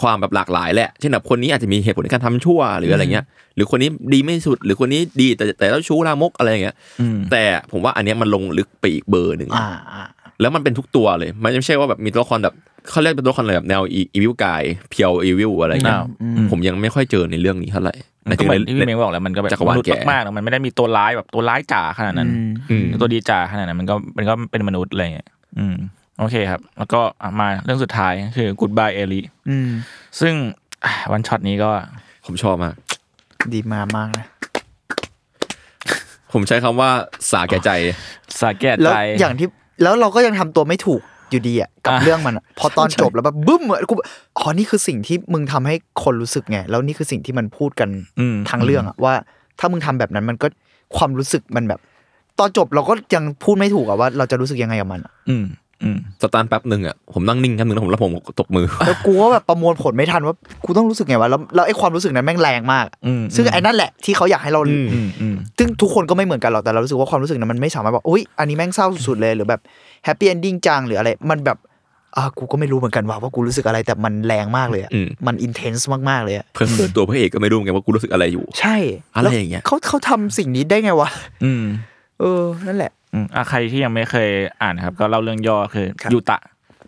S3: ความแบบหลากหลายแหละเช่นแบบคนนี้อาจจะมีเหตุผลในการทำชั่วหรืออะไรเงี้ย หรือคนนี้ดีไม่สุด หรือคนนี้ดีแต่แต่เจ้าชู้ลามกอะไรอย่างเงี้ย
S2: อืม
S3: แต่ผมว่าอันเนี้ยมันลงลึกไปอีกเบอร์หนึ่ง
S4: อ่าอ่า
S3: แล้วมันเป็นทุกตัวเลย มันไม่ใช่ว่าแบบมีตัวละครแบบเขาเรียกเป็นตัวละครอะไรแบบแนวอีวิวกายเพียวอีวิวอะไรเงี้ย
S2: อ้าวอืม
S3: ผมยังไม่ค่อยเจอในเรื่องนี้เท่าไหร่
S2: มันก็เหมือนที่พี่เม
S3: ใน
S2: ย์บอกแหล้วมันก็แบบ
S3: จักรวาล
S2: มนุษย์
S3: แก่
S2: มากๆนะมันไม่ได้มีตัวร้ายแบบตัวร้ายจ๋าขนาดนั้น
S3: อืม
S2: ตัวดีจ๋าขนาดนั้นมันก็มันก็เป็นมนุษย์อะไรอย่างเงี้ยอืมโอเคครับ แล้วก็อ่ะมาเรื่องสุดท้ายคือ Goodbye Ellie
S4: อืม
S2: ซึ่งอ่ะวันช็อตนี้ก็
S3: ผมชอบมาก
S4: ดีมากมากนะ
S3: ผมใช้คำว่าสาแก่ใจ
S2: สาแก่
S4: แล้ว
S2: ใจ
S4: อย่างที่แล้วเราก็ยังทำตัวไม่ถูกอยู่ดีอ่ะกับ
S2: อ่ะ
S4: เรื่องมันอะพอตอนจบแล้วแบบบึ้มอะกูแบบอ๋อนี่คือสิ่งที่มึงทำให้คนรู้สึกไงแล้วนี่คือสิ่งที่มันพูดกัน
S2: อืม
S4: ทั้งเรื่องอ่ะว่า ถ้ามึงทำแบบนั้นมันก็ความรู้สึกมันแบบ ตอนจบเราก็ยังพูดไม่ถูกอะว่า เราจะรู้สึกยังไงกับมันอะ
S2: อืมอืม
S3: สตาร์ทแป๊บหนึ่งอ่ะผมนั่งนิ่งแป๊บหนึ่งแล้วผมแล้วผมตบมือ
S4: แล้วกูก็แบบประมวลผลไม่ทันว่ากูต้องรู้สึกไงวะแล้วแล้วไอ้ความรู้สึกนั้นแม่งแรงมาก
S2: อืม
S4: ซึ่งไอ้นั่นแหละที่เขาอยากให้เรา
S3: อืม
S2: อืมอืม
S4: ซึ่งทุกคนก็ไม่เหมือนกันหรอก แต่เรารู้สึกว่าความรู้สึกนั้นมันไม่สามารถบอกอุ้ยอันนี้แม่งเศร้าสุดๆเลย หรือแบบแฮปปี้เอนดิ้งจังหรืออะไร มันแบบอ่ากูก็ไม่รู้เหมือนกันว่าว่ากูรู้สึกอะไรแต่มันแรงมากเลยอะ
S3: อืม
S4: มันอินเทนส์มากๆเลยอะ
S3: เพิ่มเติมตัวพระเอกก็ไม่รู้เหมือนกันว่ากูรู้สึกอะไรอยู่
S4: ใช่
S3: อะไร
S4: แล้ว
S3: อย่างเงี้ย
S4: เขาเขาทำสิ่งนี้ได้ไงวะ
S2: อืม
S4: เออ นั่นแหละ
S2: อืมอ่ะใครที่ยังไม่เคยอ่านนะครับ ก็เล่าเรื่องย่อคือ
S4: ครับ
S2: ยูตะ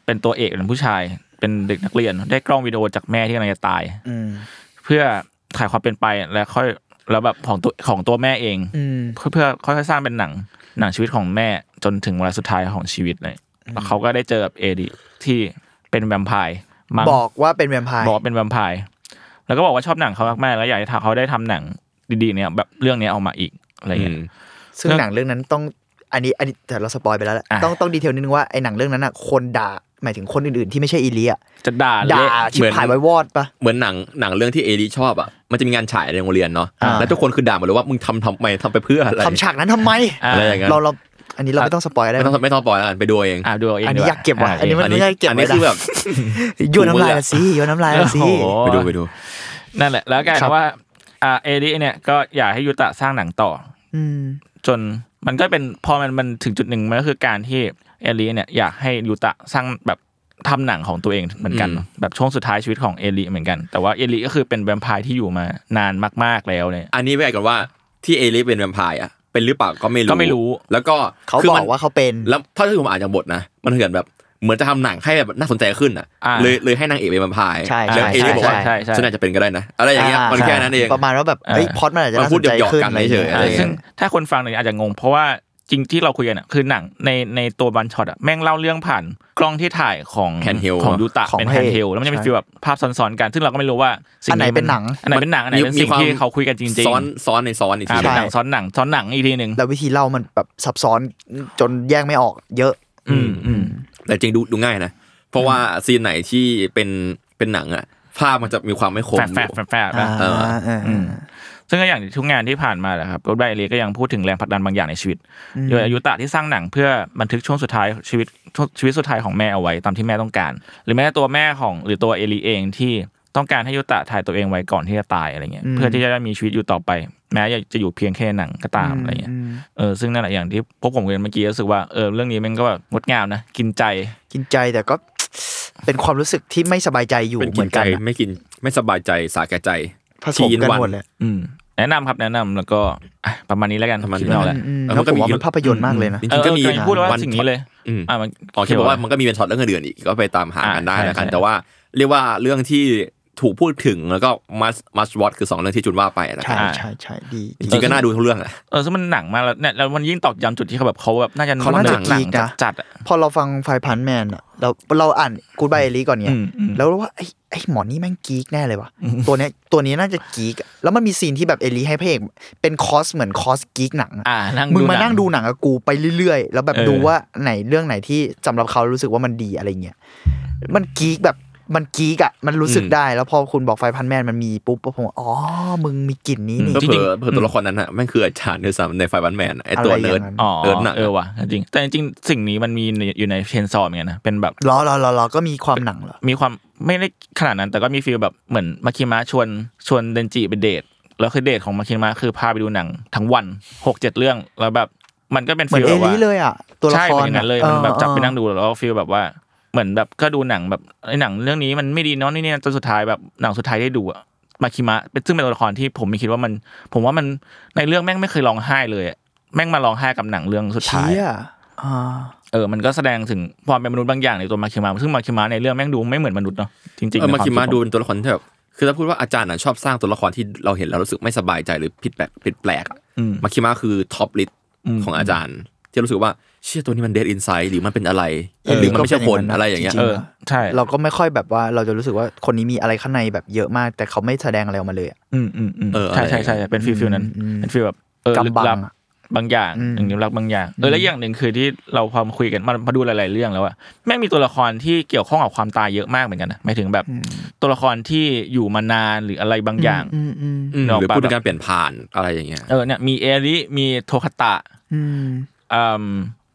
S2: เป็นตัวเอกเป็นผู้ชาย เป็นเด็กนักเรียน ได้กล้องวิดีโอจากแม่ที่กำลังจะตาย
S4: อืม
S2: เพื่อถ่ายความเป็นไปและค่อยแล้วแบบของตัวของตัวแม่เอง
S4: อืม
S2: เพื่อเพื่อค่อยๆสร้างเป็นหนังหนังชีวิตของแม่จนถึงเวลาสุดท้ายของชีวิตเลยแล้วเขาก็ได้เจอกับเอดิที่เป็นแวมไพร์มั้ง
S4: บอกว่าเป็นแวมไพร์
S2: บอกว่าเป็นแวมไพร์แล้วก็บอกว่าชอบหนังเขามากๆแล้วอยากให้เขาได้ทำหนังดีๆเนี่ยแบบเรื่องเนี้ยออกมาอีกอะไรอย่างเงี้ย
S4: ซึ่งหนังเรื่องนั้นต้องอันนี้อันนี้แต่เราสปอยไปแล้วแหละ
S2: อ่ะ
S4: ต้องต้องดีเทลนิดนึงว่าไอ้หนังเรื่องนั้นอะคนด่าหมายถึงคนอื่นๆที่ไม่ใช่อีเลีย
S2: จะด่าเละ
S4: ด่าชิบหายไว้วอดปะ
S3: เหมือนหนังหนังเรื่องที่เอดีชอบอ่ะมันจะมีงานฉายในโรงเรียนเนาะ
S4: อ่า
S3: แล้วทุกคนคือด่าหมดเลยว่ามึงทำทำไมทำไปเพื่ออะไร
S4: ทำฉากนั้นทำไม
S2: อ่ะ
S3: อะไรอย่างเงี้ย
S4: เราเราอันนี้เราไม่ต้องสปอยอะไร
S3: ไม่ต้องไม่ต้องปล่อยแล้วกันไปดูเอง
S2: อ่าดูเาเอง
S4: อัน
S2: ดี
S4: นี้
S2: ว่
S4: อยากเก็บไว้
S2: ะ
S4: อันนี้
S2: โเค
S4: มัไม่ได้เก็บ
S3: อั
S4: ไว้
S3: นี้คือ
S4: นะ
S3: แบบ
S4: โยนน้ำลายละสิโยนน้ำลายละสิ
S2: โอ้โห
S3: ไปดูไปดู
S2: นั่นแหละแล้วกลาย
S4: ค
S2: เป็
S4: รับ
S2: นว่าอ่าเอริเนี่ยก็อยากให้ยูตะสร้างหนังต่อ
S4: อืม
S2: จนมันก็เป็นพอมันมันถึงจุดหนึ่งมันก็คือการที่เอริเนี่ยอยากให้ยูตะสร้างแบบทำหนังของตัวเองเหมือนกัน
S3: อืม
S2: แบบช่วงสุดท้ายชีวิตของเอริเหมือนกัน แต่ว่าเอริก็คือเป็นแวมไพร์ที่อยู่มานานมากๆแล้วเนี่ย
S3: อันนี้ไว้ก่อนว่า ที่เอลิฟเป็นแวมไพร์อ่ะเป็นหรือเปล่าก็ไม่รู้
S2: ก็ไม่รู้
S3: แล้วก็
S4: เขา
S3: คื
S4: บ
S3: มั
S4: อน กว่าเขาเป็น
S3: แล้วเท่าที่ผมอ่านจากบทนะ มันเหมือนแบบเหมือนจะทำหนังให้แบบน่าสนใจขึ้นอ่ะ
S2: อ่า
S3: เลยเลยให้นางเอกเป็นแวมไพาย
S4: ใช่ใช่
S3: แล้วเอลิฟบ
S4: ใช่
S3: อกว่า
S2: ใช่ใช่
S3: ฉันอาจจะเป็นก็ได้นะ อะไรอย่างเงี้ย
S4: อ่า
S3: มันแค่นั้นเอง
S4: ประมาณว่าแบบ
S2: อ่า
S4: เฮ้ยพอดมันอาจจะ
S3: มัน
S4: น่า
S3: พู
S4: ส
S3: ด
S4: นใจ
S3: หยอกๆ
S4: ขึ้น
S3: กัน
S4: อะไรอย่างเงี้ย
S3: เฉยๆ
S4: เออ
S2: ซึ่งถ้าคนฟังเนี่ยอาจจะงง เพราะว่าจริงที่เราคุยกันอะคือหนังในในตัวบันช็อตอะแม่งเล่าเรื่องผ่านกล้องที่ถ่ายของ
S3: Handheld
S2: ของยูตะ
S4: ของ
S2: เป็น
S4: เท่
S2: แฮนด์เฮลแล้วมันจะมี
S4: ใช่
S2: ฟีลแบบภาพซ้อนๆกัน ซึ่งเราก็ไม่รู้ว่าสิ่
S4: อันไหนเป็นหนัง
S2: อันไหนเป็นหนังอันไหนเป็นสิ่งที่เขาคุยกันจริงๆ
S3: ซ้อนซ้อนในซ้อนอีก
S2: อ่า
S3: ที
S2: เป็นหนัง
S4: ใช่
S2: ซ้อนหนังซ้อนหนังอีกทีหนึ่ง
S4: แล้ววิธีเล่ามันแบบซับซ้อนจนแยกไม่ออก เยอะ
S2: อืมอืม
S3: แต่จริงดูดูง่ายนะ เพราะว่าซีนไหนที่เป็นเป็นหนังอ่ะภาพมันจะมีความไม่คม
S2: แฟด
S3: อ
S2: แฟ
S3: ยู่
S2: ดแฟดแฟด
S4: อ่า
S2: ปะ
S3: เออ
S4: เออ
S2: ซึ่งก็อย่างทุกงานที่ผ่านมาแหละครับรถไดเอลีก็ยังพูดถึงแรงผลักดันบางอย่างในชีวิต โดยอายุตะที่สร้างหนังเพื่อบันทึกช่วงสุดท้ายชีวิตช่วงชีวิตสุดท้ายของแม่เอาไว้ตามที่แม่ต้องการ หรือแม้แต่ตัวแม่ของหรือตัวเอลีเองที่ต้องการให้อายุตะถ่ายตัวเองไว้ก่อนที่จะตายอะไรเงี้ย
S4: อืม
S2: เพื่อที่จะได้มีชีวิตอยู่ต่อไป แม้จะอยู่เพียงแค่ในหนังก็ตามอะไรเงี้ย
S4: ม
S2: เออซึ่งนั่นแหละอย่างที่พวกผมเรียนเมื่อกี้รู้สึกว่าเออเรื่องนี้มันก็แบบงดงามนะกินใจ
S4: กินใจแต่ก็ เป็นความรู้สึกที่ไม่สบายใจอยู่
S3: เป็น
S4: เห
S3: กิ
S4: มื
S3: น
S4: อน
S3: ใจ
S4: กันอะ
S3: ไม่กินไม่สบายใจสาแก่ใจ
S4: ผสมกันหมดเลย
S2: อืมแนะนำครับแนะนำแล้วก็อ่ะประมาณนี้แล้วกัน
S3: ทำมัน
S2: คิดเอาแหละ
S4: อืมแล้วผมว่ามันภาพยนตร์มากเลยนะ
S3: จ
S2: เอ
S3: ริ
S2: องเออ
S3: ๆก็
S2: กำ
S3: มี
S2: ลังพูดว่าสิ่งนี้เลย
S3: อืม
S2: อ่ะมัน
S3: อ๋อแค่บอกว่ามันก็มีเป็นช็อตเรื่องอื่นๆอีกก็ไปตามหากัน
S2: อ่า
S3: ได้
S2: ใช่
S3: แล้วกัน
S2: ใช่
S3: แต่ว่าเรียกว่าเรื่องที่ถูกพูดถึงแล้วก็มัสมัสวอตคือสองเรื่องที่จุนว่าไปนะค
S4: ใช่
S3: รับ
S4: ใช่ใช่ดี
S3: จริงๆก็น่าดูทุกเรื่องแหละ
S2: เออซึ่งมันหนังมากแล้วเนี่ยแล้วมันยิ่งตอกย้ำจุดที่เขาแบบเขาแบบน่าจะ
S4: เขาน่าจะ
S2: หนั
S4: กี
S2: ง
S4: ก
S2: จั
S4: นะ
S2: ดจัดๆอ่ะ
S4: พอเราฟังไฟพันแมนอะเราเราอ่านกูบายเอลีก่อนเนี่ย
S2: อืมอืม
S4: แล้วรู้ว่าไอ้ไอ้หมอนี่แม่งกีกแน่เลยว่ะตัวเนี้ยตัวนี้น่าจะกีกอะแล้วมันมีซีนที่แบบเอลีให้พระเอกเป็นคอสเหมือนคอสกีกหนังอะ
S2: อ่านั่ง
S4: มึง
S2: ดู
S4: มา
S2: หนั
S4: นั่
S2: ง
S4: งดูหนังกับกูไปเรื่อยๆ แล้วแบบ
S2: เออ
S4: ดูว่าไหนเรื่องไหนที่สำหรับเขารู้สึกว่ามันดีอะไรเงี้ย มันกีกแบบมันกีกอะมันรู้สึก
S3: อืม
S4: ได้ แล้วพอคุณบอกไฟพันแมนมันมีปุ๊บผมว่าอ๋อ มึงมีกลิ่นนี้นี่
S3: ก็
S2: จริงๆ
S3: เผื่อเผื่อตัวละครนั้นอ่ะแม่งคืออาจารย์ด้วยซ้ำในไฟวันแมนไอตัว
S4: อะไรอ
S3: เนิร์ด
S4: ย่างนั้น
S2: อ๋อ
S3: เนิร์ดหนัก
S2: เออว่ะจริงแต่จริงๆสิ่งนี้มันมีในอยู่ในเชนซอมเหมือนกันนะเป็นแบบ
S4: รอรอรอรอก็มีความหนังเหรอ
S2: มีความไม่ได้ขนาดนั้น แต่ก็มีฟีลแบบเหมือนมาคิมะชวนชวนเดนจิไปเดทแล้วคือเดทของมาคิมะคือพาไปดูหนังทั้งวันหกเจ็ดเรื่องแล้วแบบมันก็เป็น
S4: เหมือ
S2: ฟีล
S4: นเอ
S2: แบบ
S4: ลิ
S2: ว่า
S4: เลยอะตัวละ
S2: ใช่
S4: ค
S2: เป็น
S4: ร
S2: อย่าง
S4: อะ
S2: นั้นเลย
S4: อ
S2: มัน
S4: อ
S2: แบบจับไป
S4: เออ
S2: นั่งดูแล้วก็ฟีลแบบว่าเหมือนแบบก็ดูหนังแบบไอ้หนังเรื่องนี้มันไม่ดีเนาะนี่เนี่ยจนสุดท้ายแบบหนังสุดท้ายได้ดูอะมาคิมะเป็นซึ่งเป็นตัวละครที่ผมไม่คิดว่ามัน ผมว่ามันในเรื่องแม่งไม่เคยร้องไห้เลยอะแม่งมาร้องไห้กับหนังเรื่องสุดท้าย
S4: เชี่
S2: อะ
S4: ยอ่า
S2: เออ มันก็แสดงถึงความเป็นมนุษย์บางอย่างในตัวมาคิมะซึ่งมาคิมะในเรื่องแม่งดูไม่เหมือนมนุษย์เนาะ จริงๆ
S3: เออ
S2: ใน
S3: มาคิ
S2: ว
S3: มะ
S2: คิ
S3: ดูเป็นตัวละครที่แบบคือถ้าพูดว่าอาจารย์อ่ะชอบสร้างตัวละครที่เราเห็นแล้วรู้สึกไม่สบายใจหรือผิดแปลกผิดแปลกอะ
S2: อืม
S3: มาคิมะคือท็อปลิส
S2: อืม
S3: ของอาจารย์ ที่รู้สึกว่าเชื่อตัวนี้มันเดดอินไซด์หรือมันเป็นอะไร
S4: เอ
S3: หรือมันไม่ใช่คนอะไรอย่างเงี้ย
S4: จ
S2: เอ
S4: ๆ
S2: อ
S4: นะ
S2: ใช่
S4: เราก็ไม่ค่อยแบบว่าเราจะรู้สึกว่าคนนี้มีอะไรข้างในแบบเยอะมาก แต่เขาไม่แสดงอะไรออกมาเลยอะ
S2: อืมอืมอืมใช่ใช่ใช่ใช่เป็นฟีลฟิลนั้น
S4: อืม
S2: เป็นฟีลแบบเออลึก
S4: กำบั
S2: ลับ
S4: งอะ
S2: บางอย่าง
S4: อืม
S2: อย่างลึกลับบางอย่าง เออ แล้วอย่างหนึ่งคือที่เราพอมาคุยกันมันมาดูหลาย ๆ เรื่องแล้วอะแม่งมีตัวละครที่เกี่ยวข้องกับความตายเยอะมากเหมือนกันนะ หมายถึงแบบตัวละครที่อยู่มานานหรืออะไรบางอย่าง
S4: อืมอืม
S3: อืม
S2: นึกออก
S3: หรือ
S2: ปะ
S3: พูดถึงการเปลี่ยนผ่านอะไรอย่างเงี้ย
S2: เออ เนี่ย มีเอริมีโทคาตะ
S4: อืม
S2: อืม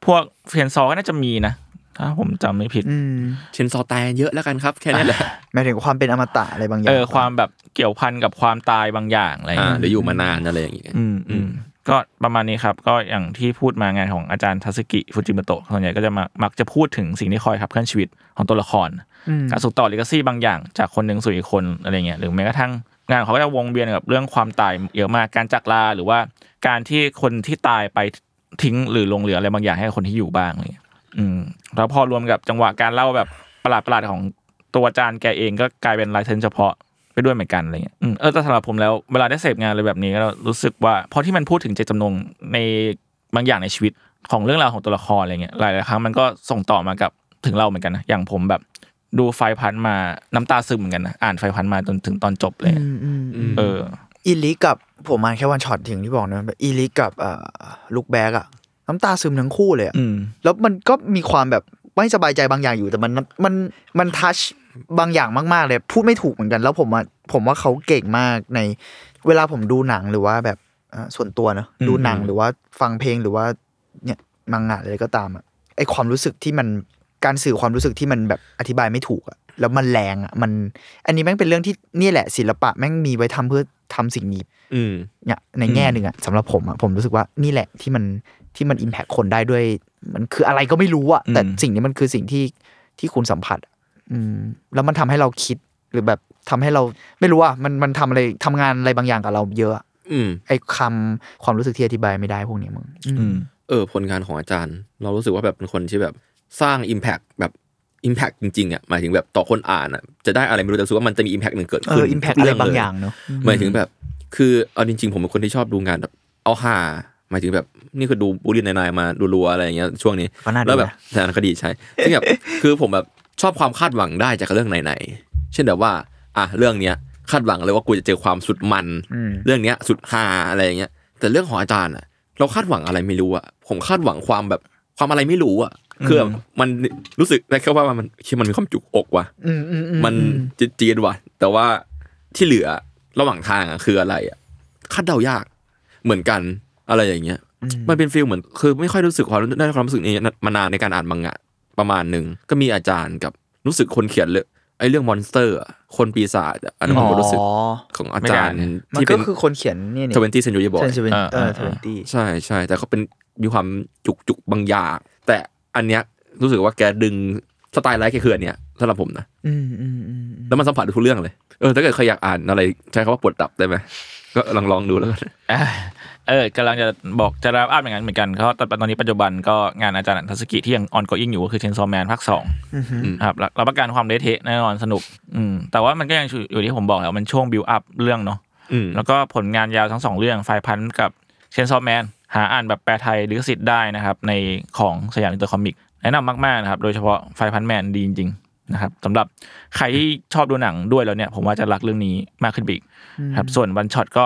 S2: พวกเฟรนซอก็น่าจะมีนะ ถ้าผมจำไม่ผิด
S4: อืม
S3: เชนซอแตเยอะแล้วกันครับ แค่นี้แหละ
S4: หมายถึงความเป็นอมตะอะไรบางอย่า
S2: เอง อความแบบเกี่ยวพันกับความตายบางอย่างอะไรอย่าง
S3: อ่า
S2: เงี้ย
S3: หรืออยู่มานานอะไรอย่างเงี้ย
S2: อืมอืมก็ประมาณนี้ครับ ก็อย่างที่พูดมางานของอาจารย์ทัศกิฟูจิมโตะส่วนใหญ่ก็จะมามักจะพูดถึงสิ่งที่คอยขับเคลื่อนชีวิตของตัวละคร
S4: อืม
S2: การสืบต่อลิกซี่บางอย่างจากคนหนึ่งสู่อีกคนอะไรเงี้ยหรือแม้กระทั่งงานเขาก็จะวงเวียนกับเรื่องความตายเยอะมากการจากลาหรือว่าการที่คนที่ตายไปทิ้งหรือหลงเหลืออะไรบางอย่างให้กับคนที่อยู่บ้างอะไรเงี้ยอืมแล้วพอรวมกับจังหวะการเล่าแบบประหลาดๆของตัวอาจารย์แกเองก็กลายเป็นลายเส้นเฉพาะไปด้วยเหมือนกันอะไรเงี้ยอืมเออแต่สำหรับผมแล้วเวลาได้เสพงานอะไรแบบนี้ก็รู้สึกว่าเพราะที่มันพูดถึงเจตจำนงในบางอย่างในชีวิตของเรื่องราวของตัวละครอะไรเงี้ยหลายๆครั้งมันก็ส่งต่อมากับถึงเราเหมือนกันนะอย่างผมแบบ ดูไฟพันธุ์มาน้ำตาซึมเหมือนกันนะอ่านไฟพันธุ์มาจนถึงตอนจบเลย เออ
S4: อีลิกับผมมาแค่วันช็อตถึงที่บอกนะแบบอีลิกับเอ่อลูกแบกอะน้ำตาซึมทั้งคู่เลยอะ
S2: อืม
S4: แล้วมันก็มีความแบบไม่สบายใจบางอย่างอยู่แต่มันมันมันทัชบางอย่างมากๆเลยพูดไม่ถูกเหมือนกันแล้วผมว่าผมว่าเขาเก่งมากในเวลาผมดูหนังหรือว่าแบบเอ่อส่วนตัวเนอะ
S2: อืม
S4: ดูหนังหรือว่าฟังเพลงหรือว่าเนี่ยมังงะอะไรก็ตามอะไอความรู้สึกที่มันการสื่อความรู้สึกที่มันแบบอธิบายไม่ถูกอะแล้วมันแรงอะมันอันนี้แม่งเป็นเรื่องที่เนี่ยแหละ ศิลปะแม่งมีไว้ทำเพื่อทำสิ่งนี้
S3: อืม
S4: เนี่ยในแง่หนึ่งอะสำหรับผมอะผมรู้สึกว่านี่แหละที่มันที่มันอิมแพคคนได้ด้วย มันคืออะไรก็ไม่รู้อะแต่
S2: อืม
S4: สิ่งนี้มันคือสิ่งที่ที่คุณสัมผัสอะอืม แล้วมันทำให้เราคิดหรือแบบทำให้เราไม่รู้อะมันมันทำอะไรทำงานอะไรบางอย่างกับเราเยอะอะ
S3: อืม
S4: ไอ้คำความรู้สึกที่อธิบายไม่ได้พวกนี้มึงอืม
S2: อืม
S3: เออผลงานของอาจารย์ เรารู้สึกว่าแบบเป็นคนที่แบบสร้าง Impact แบบ Impact จริงๆอ่ะหมายถึงแบบต่อคนอ่านอ่ะจะได้อะไรไม่รู้แต่รู้สึกว่ามันจะมี Impact หนึ่งเกิด
S4: เอ
S3: ขึ้
S4: อน อิมแพค
S3: ทุ
S4: อะ
S3: ก
S4: ไรบาง
S3: เล
S4: อย่างเนอะ
S3: หมายถึงแบบ คือเอาจริงๆ ผมเป็นคนที่ชอบดูงานแบบเอาหาหมายถึงแบบนี่คือดูบูลลี่นายๆมารัวๆอะไรอย่างเงี้ยช่วงนี้
S4: ก็น่าดู
S3: แล้วแบบ
S4: นะ
S3: สารคดีใช่ซึ่ง แบบ คือผมแบบชอบความคาดหวังได้จากเรื่องไหนๆเช่นแบบว่า อ่ะเรื่องเนี้ยคาดหวังเลยว่ากูจะเจอความสุดมัน
S4: อืม
S3: เรื่องเนี้ยสุดฮาอะไรอย่างเงี้ย แต่เรื่องของอาจารย์อะเราคาดหวังอะไรไม่รู้อะผมคาดหวังความแบบความอะไรไม่รู้อะคือแบบมันรู้สึกได้แค่ว่ามันคือมันมีความจุกอกว่ะ
S4: อืมอืมอืม
S3: มันจีดจีดว่ะ แต่ว่าที่เหลือระหว่างทางอะคืออะไรอะคาดเดายากเหมือนกันอะไรอย่างเงี้ย
S4: อืม
S3: มันเป็นฟิลเหมือนคือไม่ค่อยรู้สึกความได้ความรู้สึกนี้มานานในการอ่านมังงะประมาณหนึ่งก็มีอาจารย์กับรู้สึกคนเขียนเลยไอ้เรื่องมอนสเตอร์อะคนปีศาจอะอันนั้นผมก็รู้สึก
S4: อ๋อ
S3: ของอาจารย์
S4: มัน
S3: ที่
S4: ก็
S3: เป็น
S4: คือคนเขียนเนี่ยนี่
S3: ทเวนตี้เซนยูรีบอย
S4: เซนเซเวน
S2: อ่า
S4: เออ
S2: อ่า
S4: ทเวนตี้
S3: ใช่ใช่แต่เขาเป็นมีความจุกจุกบางอย่างแต่อันเนี้ยรู้สึกว่าแกดึงสไตล์ไลท์แกคืออันเนี้ยสำหรับผมนะ
S4: อืมอืมอืมอืม
S3: แล้วมันสัมผัสได้ทุกเรื่องเลย เออถ้าเกิดใครอยากอ่านอะไร ใช้คำว่าปวดตับได้ไหมก็ลองลองดูแล้วกัน
S2: อ่ะเออกำลังจะบอกจะรับอัพอย่างนั้นเหมือนกันเพราะตอนนี้ปัจจุบันก็งานอาจารย์อันทัศกิที่ยังออนก i อิงอยู่ก็คือเชนซอแมนภาคสองครับรับรับประกันความเละเทะแน่นอนสนุกอืมแต่ว่ามันก็ยังอยู่ที่ผมบอกแหล้วามันช่วงบิวอัพเรื่องเนาะ
S3: อืม
S2: แล้วก็ผลงานยาวทั้งสองเรื่องไฟพันกับเชนซอแมนหาอ่านแบบแปลไทยลิขสิทธิ์ได้นะครับ ในของสยามอินเตอร์คอมิกแนะนำมากๆนะครับ โดยเฉพาะไฟพันแมนดีจริงๆนะครับสำหรับใครที่ชอบดูหนังด้วยแล้วเนี่ยผมว่าจะรักเรื่องนี้มากขึ้นไปอีก ครับส่วนวันช็อตก็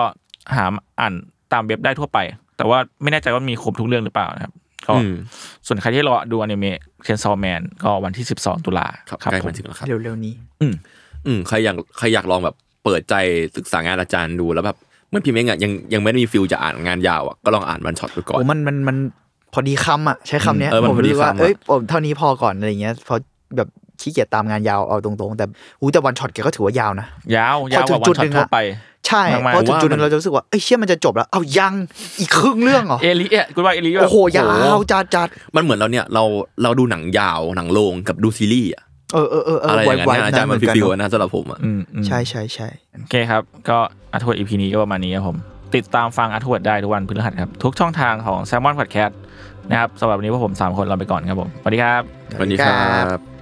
S2: หาอ่านตามเว็บได้ทั่วไป แต่ว่าไม่แน่ใจว่ามีครบทุกเรื่องหรือเปล่านะครับก็
S3: อืม
S2: ส่วนใครที่รอดูอนิเมะเชนซอแมนก็วันที่ 12 ตุลา
S3: ครับ
S2: ครับ
S3: ใกล้
S2: ผม
S3: มาถึงแล้วครับ
S4: เร็วๆนี้
S3: อืมใครอยากใครอยากลองแบบเปิดใจศึกษางานอาจารย์ดูแล้วแบบเหมื่อนพี่เม้งอะยังยังไม่ได้มีฟิลจะอ่านงานยาวอะก็ลองอ่านวันช็อตดูก่อน
S4: โอ้มันมันมันพอดีคำอ่ะ ใช้คำเนี้ย
S3: อืมเออมัน
S4: ผม
S3: พอดี
S4: รู้สึกว่า
S3: คำอะ
S4: เอ้ยผมเท่านี้พอก่อนอะไรเงี้ยเพราะแบบขี้เกียจตามงานยาวเอาตรงๆ แต่อู้แต่วันช็อตแกก็ถือว่ายาวนะ
S2: ยาว
S4: พอย
S2: าวกว่าวัน
S4: ถึงจุด
S2: ช็อ
S4: หนึ่
S2: ต
S4: งอะ
S2: ทั่วไป
S4: ใช่
S2: มากๆ
S4: เพราะถึงจุดหนึง
S3: ว่ามัน
S4: เราจะรู้สึกว่าเอ้ยเชื่อมันจะจบแล้ว เอายังอีกครึ่งเรื่องเหรอ
S2: เอลิอ่ะคุณว่าเอลิ
S4: โอ้โหยาวจัดจัด
S3: มันเหมือนเราเนี่ยเราเราดูหนังยาวหนังโรงกับดูซีรีส์อะ
S4: เออเออเออเอ
S3: อะ
S4: อ
S3: ไรอย่าง
S4: ไว
S3: เงี้ย
S4: ๆ
S3: อา
S4: นั้
S3: จาร
S4: น
S3: ย์
S4: เห
S3: มั
S4: มือน นกัน
S3: ฟิลๆ
S4: เนอะ
S3: นะสำหรับผมอะ
S2: อืมอืม
S4: ใช่ใช่ใช่
S2: โอเคครับ ก็อัทวดอีพีนี้ก็ประมาณนี้ครับผม ติดตามฟังอัทวดได้ทุกวันพฤหัสครับ ทุกช่องทางของ s ซ l m o n Podcast นะครับสำหรับวันนี้พวกผม 3 คนลาไปก่อนครับผมสวัสดีครับ
S3: สวัสดีครั
S4: สวัสดี
S3: บ